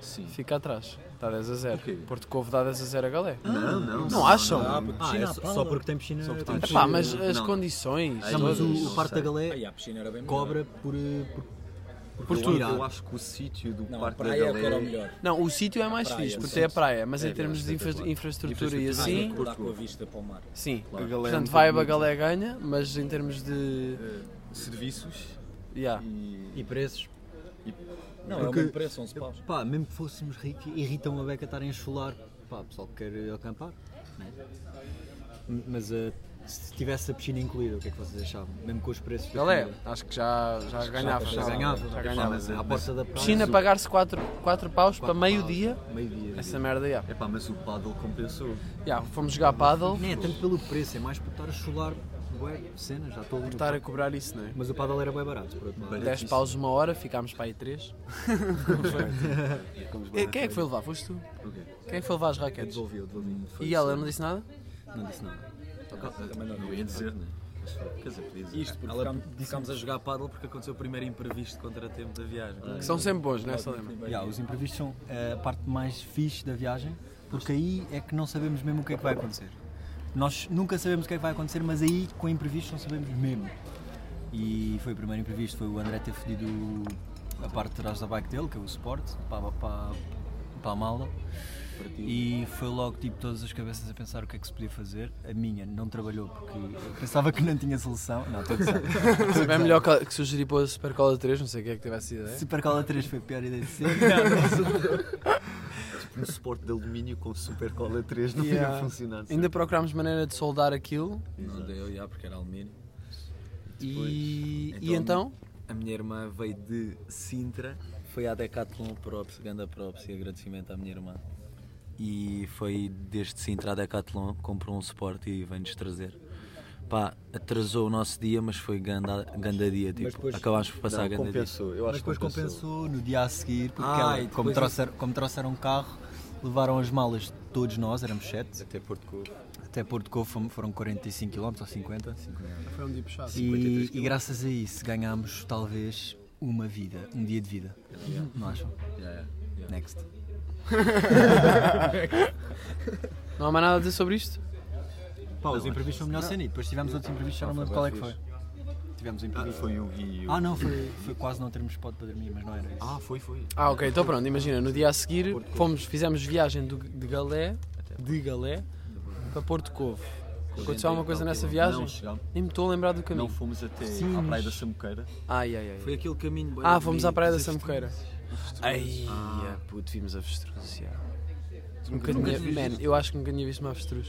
Speaker 8: Sim.
Speaker 2: fica atrás. Dá 10 a 0. Porto Covo dá 10 a 0 a Galé.
Speaker 8: Não, não.
Speaker 2: Não acham?
Speaker 7: Ah, é só, só porque tem piscina. Só tem
Speaker 2: Epá, mas
Speaker 8: Não,
Speaker 2: as
Speaker 8: não.
Speaker 2: condições.
Speaker 8: Ai,
Speaker 7: Não, mas
Speaker 8: Não
Speaker 7: o, o parque
Speaker 8: sei.
Speaker 7: da Galé
Speaker 4: Aí a piscina era bem melhor.
Speaker 7: cobra por, eh, por, por,
Speaker 8: Por tudo.
Speaker 7: tirar.
Speaker 8: é Eu acho que o sítio do
Speaker 4: Não, a
Speaker 8: Parque da
Speaker 4: praia é
Speaker 8: Galé.
Speaker 4: que era o melhor.
Speaker 2: Não, o sítio é mais
Speaker 4: A praia,
Speaker 2: fixe, porque
Speaker 4: sim.
Speaker 2: tem a praia, mas em
Speaker 8: É,
Speaker 2: termos de infra-
Speaker 8: espetacular.
Speaker 2: infraestrutura e
Speaker 8: Infraestrutura,
Speaker 2: assim,
Speaker 8: sim.
Speaker 4: Dá com a vista para o mar.
Speaker 2: sim.
Speaker 8: Claro.
Speaker 2: Portanto, vai a é Bagalé ganha, mas em termos de.
Speaker 8: Eh, serviços
Speaker 2: Yeah.
Speaker 8: e.
Speaker 7: E preços.
Speaker 4: Não, é o mesmo preço, 11 paus.
Speaker 7: Pá, mesmo que fôssemos ricos, irritam a beca estarem a cholar. Pá, o pessoal que quer ir acampar. Né? M- Mas eh, se tivesse a piscina incluída, o que é que vocês achavam? Mesmo com os preços. da
Speaker 2: Galé,
Speaker 7: comida.
Speaker 2: acho que já, já ganhava.
Speaker 7: Já ganhava.
Speaker 2: Já ganhava.
Speaker 7: Mas eh, à porta da praia.
Speaker 2: Piscina pagar-se 4 paus para meio-dia.
Speaker 7: Meio-dia. né?
Speaker 2: Essa merda, já.
Speaker 8: Epá, mas o paddle compensou.
Speaker 2: Já, fomos jogar paddle,
Speaker 7: Nem é tanto pelo preço, é mais por estar a cholar. Ué, cenas, já estou a
Speaker 2: estar a cobrar isso, não é?
Speaker 7: Mas o paddle era bem barato, por outro
Speaker 8: É
Speaker 7: lado.
Speaker 2: 10 paus uma hora, ficámos para
Speaker 8: [LAUGHS]
Speaker 2: aí 3.
Speaker 8: Ficamos bem.
Speaker 2: Quem é que foi levar? Foste tu? Quem é que foi levar as raquetes?
Speaker 7: Devolvi, eu devolvi. Foi
Speaker 2: E ela não disse nada?
Speaker 7: Não disse nada.
Speaker 4: Também não
Speaker 8: Não ia dizer, né? Mas, Quer dizer, podia dizer.
Speaker 5: Isto porque ficámos, ficámos a jogar paddle porque aconteceu o primeiro imprevisto contratempo da viagem.
Speaker 2: Que são sempre bons, não é? Só lembro.
Speaker 7: Yeah, os imprevistos são eh, a parte mais fixe da viagem, porque aí é que não sabemos mesmo o que é que vai acontecer. Nós nunca sabemos o que é que vai acontecer, mas aí com imprevistos não sabemos mesmo. E foi o primeiro imprevisto, foi o André ter fodido a parte de trás da bike dele, que é o suporte, para, para, para a mala. E foi logo tipo todas as cabeças a pensar o que é que se podia fazer. A minha não trabalhou porque eu pensava que não tinha solução. Não, estou a gozar.
Speaker 2: É melhor que que sugerir para a Supercola 3, não sei o que é que tivesse ideia.
Speaker 7: Supercola 3 foi a pior ideia de sempre. Não, não.
Speaker 8: Um suporte de alumínio com super cola 3 não
Speaker 2: Yeah.
Speaker 8: ia funcionar.
Speaker 2: Ainda procurámos maneira de soldar aquilo
Speaker 5: Não deu, já, porque era alumínio.
Speaker 2: e
Speaker 5: Depois,
Speaker 2: e então,
Speaker 5: A minha irmã veio de Sintra, foi à Decathlon Props, ganda Props e agradecimento à minha irmã. E foi desde Sintra à Decathlon, comprou um suporte e vem-nos trazer. Pá, atrasou o nosso dia, mas foi ganda, ganda dia, tipo, acabámos por passar a
Speaker 8: Não,
Speaker 5: ganda
Speaker 8: compensou. Eu
Speaker 7: Mas
Speaker 8: acho
Speaker 7: depois
Speaker 8: que compensou.
Speaker 7: compensou no dia a seguir, porque
Speaker 5: Ah,
Speaker 7: ela,
Speaker 5: e depois
Speaker 7: como,
Speaker 5: isso-
Speaker 7: trouxeram, como trouxeram um carro, levaram as malas de todos nós, éramos 7,
Speaker 8: Até Porto Covo.
Speaker 7: até Porto Covo fom- foram 45 km ou 50.
Speaker 2: foi um dia puxado.
Speaker 7: E, e graças a isso ganhámos talvez uma vida, um dia de vida. Não acham?
Speaker 5: dia. Yeah, yeah.
Speaker 7: Next.
Speaker 2: Não há mais nada a dizer sobre isto?
Speaker 7: Pá, os imprevistos são melhor cena. Depois tivemos outros imprevistos, já não me lembro qual é que foi. Tivemos imprevistos.
Speaker 8: Foi o Gui. e o-
Speaker 7: Ah, não, foi, foi quase não termos spot para dormir, mas não era isso.
Speaker 8: Ah, foi, foi.
Speaker 2: Ah, ok, então pronto, imagina, no dia a seguir fomos, fizemos viagem do- de Galé, de Galé, para Porto Covo. Aconteceu alguma coisa nessa viagem?
Speaker 4: Não, chegámos-
Speaker 2: Nem me estou a lembrar do
Speaker 4: não
Speaker 2: caminho.
Speaker 4: fomos até à
Speaker 7: Sim,
Speaker 4: Praia
Speaker 7: mas-
Speaker 4: da Samuqueira.
Speaker 2: Ai, ai, ai.
Speaker 5: Foi aquele caminho bué
Speaker 2: Ah,
Speaker 5: bonito.
Speaker 2: fomos à Praia da Sambuqueira. Ai,
Speaker 8: Ah.
Speaker 2: ah, puto, vimos avestruz, já. Nunca
Speaker 8: Nunca
Speaker 2: tinha,
Speaker 8: tinhas
Speaker 2: man, eu acho que nunca tinha visto uma avestruz.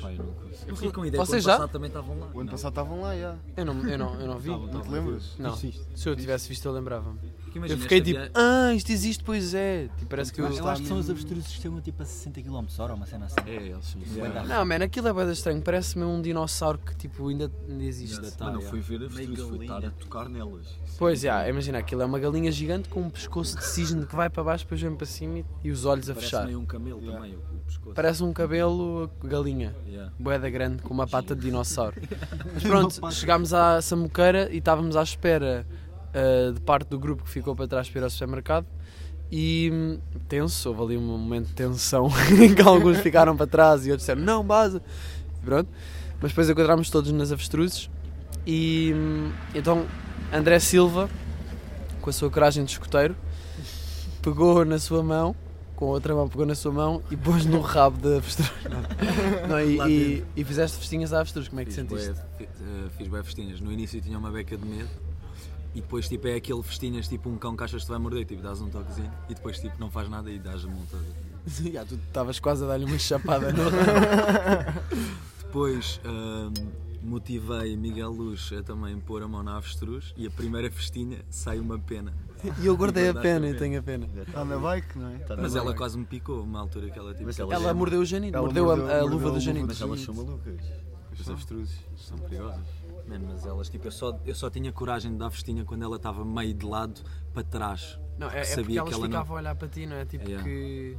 Speaker 5: Eu fiquei com a ideia,
Speaker 2: Vocês
Speaker 5: Vocês
Speaker 2: já?
Speaker 5: já? também estavam lá.
Speaker 3: O ano passado estavam lá, já.
Speaker 2: Eu não, eu não, eu não vi.
Speaker 3: Não te lembras?
Speaker 2: Não, se eu tivesse visto eu lembrava-me.
Speaker 5: Porque imagina,
Speaker 2: Eu fiquei
Speaker 5: esta
Speaker 2: tipo,
Speaker 5: viagem-
Speaker 2: ah, isto existe, pois é. Tipo, parece que eu...
Speaker 7: Eu acho que são os avestruzes que estão tipo a 60 km hora, uma cena assim.
Speaker 4: É, eles são
Speaker 7: Bué da
Speaker 2: Não, man, aquilo é bem estranho, parece mesmo um dinossauro que tipo, ainda, ainda existe.
Speaker 5: tá,
Speaker 4: Mano, eu fui ver a
Speaker 8: Meio
Speaker 4: avestruz, fui estar a
Speaker 8: galinha.
Speaker 4: tocar nelas.
Speaker 2: Pois já, imagina, aquilo é uma galinha gigante com um pescoço de cisne que vai para baixo, depois vem para cima e, e os olhos a
Speaker 5: Parece
Speaker 2: fechar.
Speaker 5: meio um camelo também, o, o pescoço.
Speaker 2: Parece um cabelo galinha,
Speaker 5: Yeah.
Speaker 2: boeda grande, com uma pata de dinossauro. Mas
Speaker 7: Uma
Speaker 2: pronto,
Speaker 7: pata.
Speaker 2: chegámos à Samuqueira e estávamos à espera ah, de parte do grupo que ficou para trás para ir ao supermercado. E hum, tenso, houve ali um momento de tensão [LAUGHS] em que alguns ficaram para trás e outros disseram não, base. E pronto. Mas depois encontramos todos nas avestruzes. E hum, então André Silva, com a sua coragem de escoteiro, pegou na sua mão, com a outra mão pegou na sua mão e pôs no rabo da avestruz. [LAUGHS] Não, e, e, e fizeste festinhas à avestruz, como é que
Speaker 5: Fiz
Speaker 2: sentiste?
Speaker 5: bué- fi- eh, Fiz bem festinhas. No início tinha uma beca de medo e depois tipo é aquele festinhas tipo um cão que achas que te vai morder, tipo dás um toquezinho e depois tipo não faz nada e dás a multa.
Speaker 2: [LAUGHS] Já, tu estavas quase a dar-lhe uma chapada [LAUGHS] no
Speaker 5: Depois ahm, motivei Miguel Luz a também pôr a mão na avestruz e a primeira festinha sai uma pena.
Speaker 2: E eu guardei a
Speaker 5: Guardaste
Speaker 2: pena
Speaker 5: a
Speaker 2: e
Speaker 5: pena.
Speaker 2: tenho a pena.
Speaker 3: Está na bike, não é?
Speaker 8: Tá na
Speaker 5: Mas
Speaker 8: boa.
Speaker 5: ela quase me picou uma altura que ela tipo.
Speaker 8: Mas
Speaker 5: ela...
Speaker 8: ela-
Speaker 2: Ela mordeu o Janito,
Speaker 3: Ela
Speaker 2: mordeu,
Speaker 3: mordeu-
Speaker 2: a, a
Speaker 3: mordeu
Speaker 2: luva
Speaker 3: a
Speaker 2: do
Speaker 3: luva
Speaker 2: Janito.
Speaker 3: do
Speaker 8: Mas elas são malucas. As avestruzes são perigosas.
Speaker 5: Mano, mas elas tipo, eu só, eu só tinha coragem de dar festinha quando ela estava meio de lado para trás.
Speaker 2: Não, é, é porque
Speaker 5: Sabia
Speaker 2: elas
Speaker 5: que ela não-
Speaker 2: ficavam a olhar para ti, não é? Tipo
Speaker 5: É, yeah.
Speaker 2: que.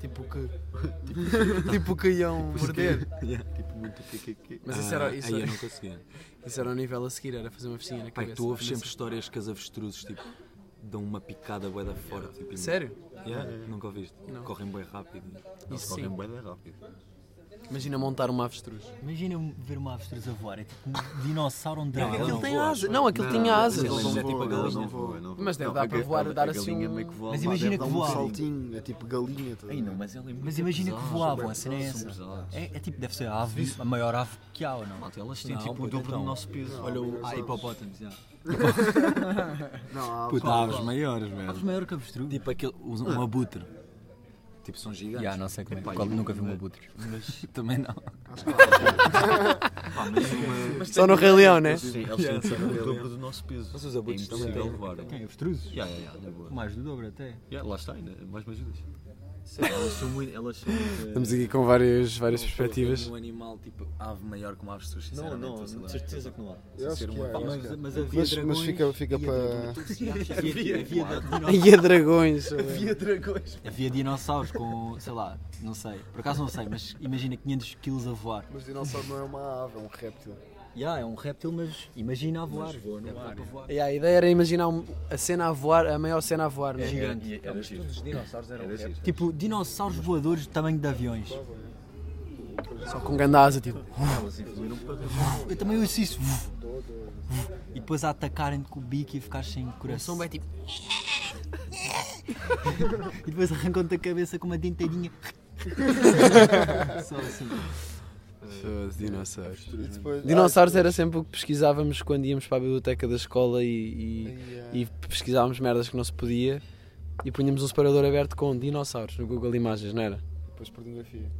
Speaker 2: Tipo que. [LAUGHS] tipo que iam morder.
Speaker 8: Tipo, muito PQQ.
Speaker 2: Mas isso era,
Speaker 5: Ah,
Speaker 2: isso,
Speaker 5: aí eu
Speaker 2: era,
Speaker 5: não [LAUGHS] conseguia.
Speaker 2: isso era o nível a seguir, era fazer uma festinha na
Speaker 5: Pai,
Speaker 2: cabeça.
Speaker 5: tu ouves
Speaker 2: Mas-
Speaker 5: sempre histórias que as avestruzes tipo, dão uma picada bué da forte. Tipo,
Speaker 2: Sério?
Speaker 5: Yeah, Nunca ouviste? Correm bem rápido.
Speaker 2: Isso
Speaker 8: Correm
Speaker 2: sim.
Speaker 8: bem rápido.
Speaker 2: Imagina montar uma avestruz.
Speaker 7: Imagina ver uma avestruz a voar, é tipo [LAUGHS] um dinossauro onde
Speaker 2: Não, aquilo
Speaker 7: dragão.
Speaker 2: tem asas. Não, aquilo tinha
Speaker 8: Não,
Speaker 2: asas.
Speaker 8: elas
Speaker 5: Elas
Speaker 8: não
Speaker 5: é tipo
Speaker 8: voam,
Speaker 5: a
Speaker 8: elas
Speaker 5: galinha.
Speaker 8: não voam, não voam.
Speaker 2: Mas deve
Speaker 8: Não,
Speaker 2: dar
Speaker 8: a
Speaker 2: para
Speaker 8: ga-
Speaker 2: voar,
Speaker 8: a
Speaker 2: dar assim
Speaker 8: galinha
Speaker 2: um-
Speaker 8: meio que voa
Speaker 7: Mas
Speaker 8: lá,
Speaker 7: imagina
Speaker 8: deve dar
Speaker 7: que
Speaker 8: um
Speaker 7: voa.
Speaker 8: saltinho.
Speaker 3: Saltinho, é tipo galinha. tá a ver?
Speaker 4: mas ela é muito
Speaker 7: Mas imagina que
Speaker 4: pesada.
Speaker 7: voavam, a cena é essa. É, é tipo, deve ser a ave, a maior ave que há ou não?
Speaker 5: Malta, elas
Speaker 8: Tem tipo o dobro do nosso peso.
Speaker 5: Olha o ah, hipopótamos, já.
Speaker 3: Não, há
Speaker 5: Puta, aves maiores,
Speaker 7: Aves
Speaker 5: mesmo.
Speaker 7: maior que avestruz?
Speaker 5: Tipo aquele, um, um abutre. Tipo, são gigantes.
Speaker 7: Já, não sei como é. Qual- nunca vi um abutre.
Speaker 5: Mas também não.
Speaker 2: Só no Rei Leão, né?
Speaker 8: Sim, eles têm tipo o dobro do nosso peso.
Speaker 5: Mas os abutres
Speaker 8: É
Speaker 5: também
Speaker 8: impossível
Speaker 5: têm.
Speaker 8: levar.
Speaker 7: Quem? Avestruzes?
Speaker 8: Já, já, já, na boa.
Speaker 7: Mais do dobro até.
Speaker 8: Já, Lá está ainda, mais me ajudas. Elas são muito. eh, Elas são.
Speaker 2: Estamos aqui com várias, várias
Speaker 5: Um animal, tipo, ave maior como aves avestruz,
Speaker 8: Não,
Speaker 5: sinceramente.
Speaker 8: não, de certeza que não há.
Speaker 3: Eu acho que é, eu acho que é.
Speaker 7: Mas
Speaker 3: Mas, mas fica, fica para.
Speaker 2: E a é dragões.
Speaker 7: Havia dinossauros com, sei lá, não sei, por acaso não sei, mas imagina 500 quilos a voar.
Speaker 3: Mas dinossauro não é uma ave, é um réptil.
Speaker 7: Já, é um réptil, mas imagina a voar. Deve dar para voar.
Speaker 2: E a ideia era imaginar um- a cena a voar, a maior cena a voar, né?
Speaker 8: Gigante. Era é, giro.
Speaker 5: Os dinossauros eram répteis.
Speaker 7: Tipo, dinossauros voadores do tamanho de aviões.
Speaker 2: Só com grande asa, tipo.
Speaker 7: Eu também ouço isso. E depois a atacarem-te com o bico e ficar sem coração.
Speaker 2: São bem
Speaker 7: [LAUGHS]
Speaker 2: tipo.
Speaker 7: E depois arrancam-te a cabeça com uma dentadinha. Só assim.
Speaker 2: Pessoas, dinossauros.
Speaker 3: E depois-
Speaker 2: Dinossauros
Speaker 3: Ah,
Speaker 2: era sempre o que pesquisávamos quando íamos para a biblioteca da escola e, e-
Speaker 3: yeah.
Speaker 2: e pesquisávamos merdas que não se podia e punhamos um separador aberto com dinossauros no Google Imagens, não era?
Speaker 3: Depois pornografia.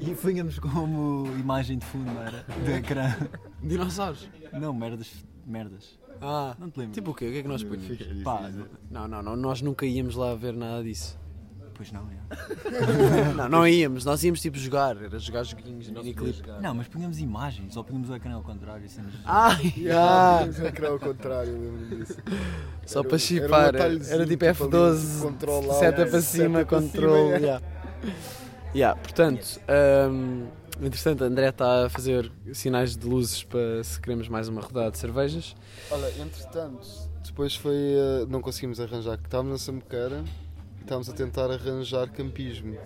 Speaker 7: E punhamos como imagem de fundo, não era? Do ecrã.
Speaker 2: Dinossauros?
Speaker 7: Não, merdas. Merdas.
Speaker 2: Ah,
Speaker 7: Não te lembro.
Speaker 2: tipo o quê? O que é que nós punhamos?
Speaker 3: Pornografia,
Speaker 7: Pá,
Speaker 3: isso, isso.
Speaker 2: Não, não, não, nós nunca íamos lá ver nada disso. [LAUGHS]
Speaker 7: pois não, é.
Speaker 2: Não, não íamos, nós íamos tipo jogar, era jogar joguinhos, mini clipe.
Speaker 7: Não, mas punhamos imagens, ou punhamos o ecrã ao contrário. Assim,
Speaker 2: Ai,
Speaker 3: [LAUGHS]
Speaker 2: ah,
Speaker 3: Temos um ecrã ao contrário, lembro-me disso.
Speaker 2: só
Speaker 3: Era-
Speaker 2: para
Speaker 3: era um
Speaker 2: chipar, era,
Speaker 3: atalhozinho,
Speaker 2: tipo
Speaker 3: tipo ali,
Speaker 2: F12,
Speaker 3: control lá,
Speaker 2: seta
Speaker 3: né?
Speaker 2: para cima,
Speaker 3: Seta para cima,
Speaker 2: controle.
Speaker 3: yeah.
Speaker 2: yeah. Yeah, portanto, hum, interessante, André está a fazer sinais de luzes para se queremos mais uma rodada de cervejas.
Speaker 3: Olha, entretanto, depois foi. eh, não conseguimos arranjar, que estávamos na Sambuqueira e estávamos a tentar arranjar campismo.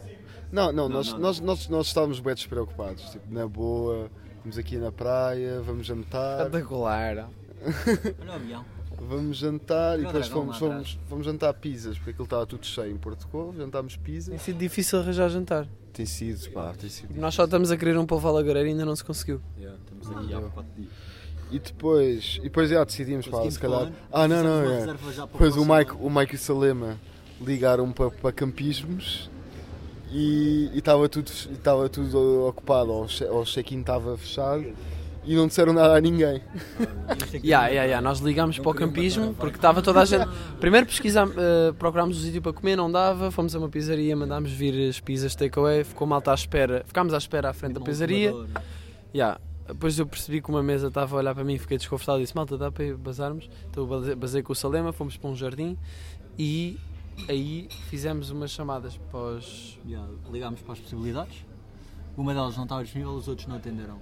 Speaker 3: Não, não, nós, Nós, nós, nós estávamos bem despreocupados, tipo, na boa, vamos aqui na praia, vamos jantar,
Speaker 2: Espetacular.
Speaker 7: Olha o avião.
Speaker 3: vamos jantar e
Speaker 7: Olha o
Speaker 3: depois
Speaker 7: dragão
Speaker 3: fomos,
Speaker 7: lá
Speaker 3: fomos, fomos jantar pizzas, porque aquilo estava tudo cheio em Porto Covo, jantámos pizza.
Speaker 2: Tem sido difícil arranjar jantar.
Speaker 3: Tem sido, pá, tem sido.
Speaker 2: Nós só estamos a querer um povo à lagoreira e ainda não se conseguiu.
Speaker 8: Estamos aqui há 4 dias.
Speaker 3: E depois, e depois já decidimos, pá, se calhar.
Speaker 7: Conseguimos
Speaker 3: Ah, não,
Speaker 7: Fizemos
Speaker 3: não,
Speaker 7: uma
Speaker 3: é.
Speaker 7: reserva já para
Speaker 3: Depois o
Speaker 7: próximo
Speaker 3: Mike, o Mike e o Salema ligaram para, para campismos e e estava tudo, fech- e estava tudo ocupado, ou o che- ou o check-in estava fechado e não disseram nada a ninguém.
Speaker 2: Yeah, yeah, yeah. Nós ligámos para o campismo porque estava toda a gente. Primeiro pesquisámos, eh, procurámos o sítio para comer, não dava. Fomos a uma pizzaria, mandámos vir as pizzas takeaway. Ficou malta à espera. Ficámos à espera à frente da pizzaria. Yeah. Depois eu percebi que uma mesa estava a olhar para mim, fiquei desconfortável e disse: Malta, dá para bazarmos? Então eu base- basei com o Salema, fomos para um jardim e aí fizemos umas chamadas para os.
Speaker 7: Yeah, ligámos para as possibilidades. Uma delas não estava disponível, os outros não atenderam.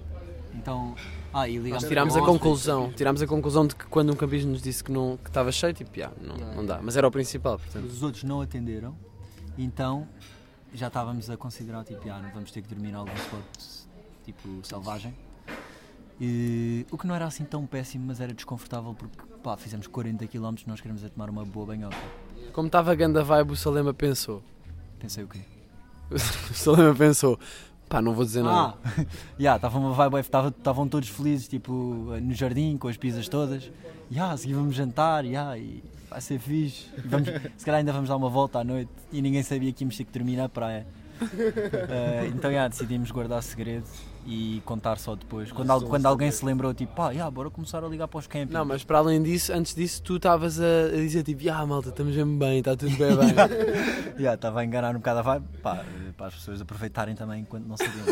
Speaker 7: Então, ah, e ligámos
Speaker 2: Nós tirámos a
Speaker 7: para o
Speaker 2: conclusão, tirámos a conclusão de que quando um campismo nos disse que, não, que estava cheio, tipo, yeah, não, não dá. Mas era o principal, portanto.
Speaker 7: hóspede. Os outros não atenderam. Então, já estávamos a considerar, tipo, ah, não vamos ter que dormir em algum spot, tipo, selvagem. E, o que não era assim tão péssimo, mas era desconfortável porque, pá, fizemos 40 km, nós queremos é tomar uma boa banhoca.
Speaker 2: Como estava a ganda vibe, o Salema pensou. [LAUGHS]
Speaker 7: Pensei o quê?
Speaker 2: O Salema pensou, pá, não vou dizer nada.
Speaker 7: Ah, [LAUGHS] yeah, estava uma vibe, estava- estavam todos felizes, tipo, no jardim, com as pizzas todas. Yeah, a seguir vamos jantar, yeah, e vai ser fixe. E [LAUGHS] vamos- se calhar ainda vamos dar uma volta à noite e ninguém sabia que íamos ter que dormir na [LAUGHS] praia. Eh, então, yeah, decidimos guardar segredo e contar só depois. Quando, al- quando alguém se lembrou, tipo, pá, yeah, bora começar a ligar para os campings.
Speaker 2: Não, mas para além disso, antes disso, tu estavas a, a dizer tipo, ah, malta, estamos mesmo bem, está tudo bem, bem.
Speaker 7: Yeah, estava a enganar um bocado a vibe, pá, eh, para as pessoas aproveitarem também enquanto não [LAUGHS] sabiam.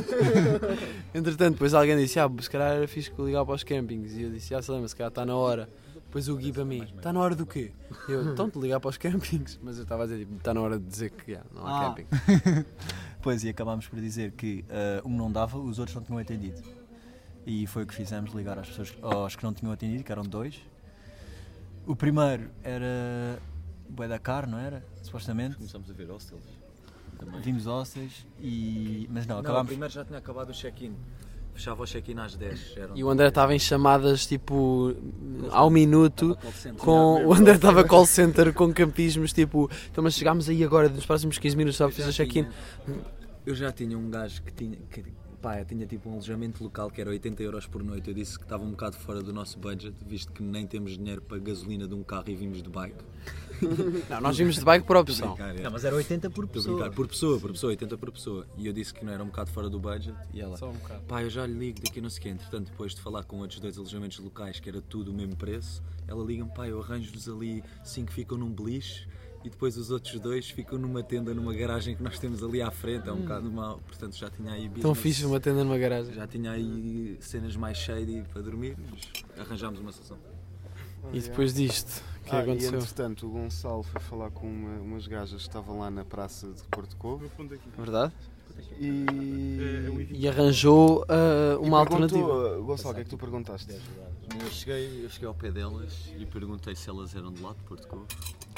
Speaker 2: Entretanto, depois alguém disse, ah, se calhar era fixe que eu ligava para os campings. E eu disse, ah, Salema, se calhar está na hora. Depois o Gui para mim, está na hora do quê? E Eu, então de ligar para os campings. Mas eu estava a dizer, tipo, está na hora de dizer que yeah, não há
Speaker 7: Ah.
Speaker 2: camping.
Speaker 7: [LAUGHS] Pois, e acabámos por dizer que ah, um não dava, os outros não tinham atendido. E foi o que fizemos, ligar às pessoas, aos que não tinham atendido, que eram dois. O primeiro era Bué da Car, não era? Supostamente.
Speaker 4: Começámos a ver hostels. Também.
Speaker 7: Vimos hóspedes e... Mas não,
Speaker 4: Não,
Speaker 7: acabámos...
Speaker 4: primeiro já tinha acabado o check-in. Fechava o check-in às 10. Era
Speaker 2: E o André estava em chamadas, tipo, ao minuto.
Speaker 4: Estava call center.
Speaker 2: Com, o André estava call center com campismos, tipo, então, mas chegámos aí agora, nos próximos 15 minutos, só fazer um check-in.
Speaker 4: Eu já tinha um gajo que tinha. Que, pá, eu tinha tipo um alojamento local que era 80 euros por noite. Eu disse que estava um bocado fora do nosso budget, visto que nem temos dinheiro para gasolina de um carro e vimos de bike.
Speaker 2: Não, nós vimos de bike por opção.
Speaker 7: Não, mas era 80 por
Speaker 4: Estou a
Speaker 7: pessoa.
Speaker 4: brincar, por pessoa, por pessoa, 80 por pessoa. E eu disse que não era um bocado fora do budget. E ela,
Speaker 2: Só um bocado.
Speaker 4: pá, eu já lhe ligo daqui a não sei o quê. Entretanto, depois de falar com outros dois alojamentos locais, que era tudo o mesmo preço, ela liga-me, pá, eu arranjo-vos ali cinco ficam num beliche e depois os outros dois ficam numa tenda, numa garagem que nós temos ali à frente. É um bocado mal. Portanto, já tinha aí business.
Speaker 2: Hum. Tão fixe Então, uma tenda numa garagem.
Speaker 4: Já tinha aí cenas mais shady para dormir, mas arranjámos uma solução.
Speaker 2: E depois disto, o que
Speaker 3: Ah, E
Speaker 2: aconteceu?
Speaker 3: entretanto, o Gonçalo foi falar com uma- umas gajas que estavam lá na praça de Porto Covo
Speaker 2: Verdade?
Speaker 3: e.
Speaker 2: E arranjou ah,
Speaker 3: e
Speaker 2: uma
Speaker 3: perguntou-
Speaker 2: alternativa.
Speaker 3: Gonçalo, o que é que tu perguntaste?
Speaker 8: Eu cheguei, eu cheguei ao pé delas e perguntei se elas eram de lá de Porto Covo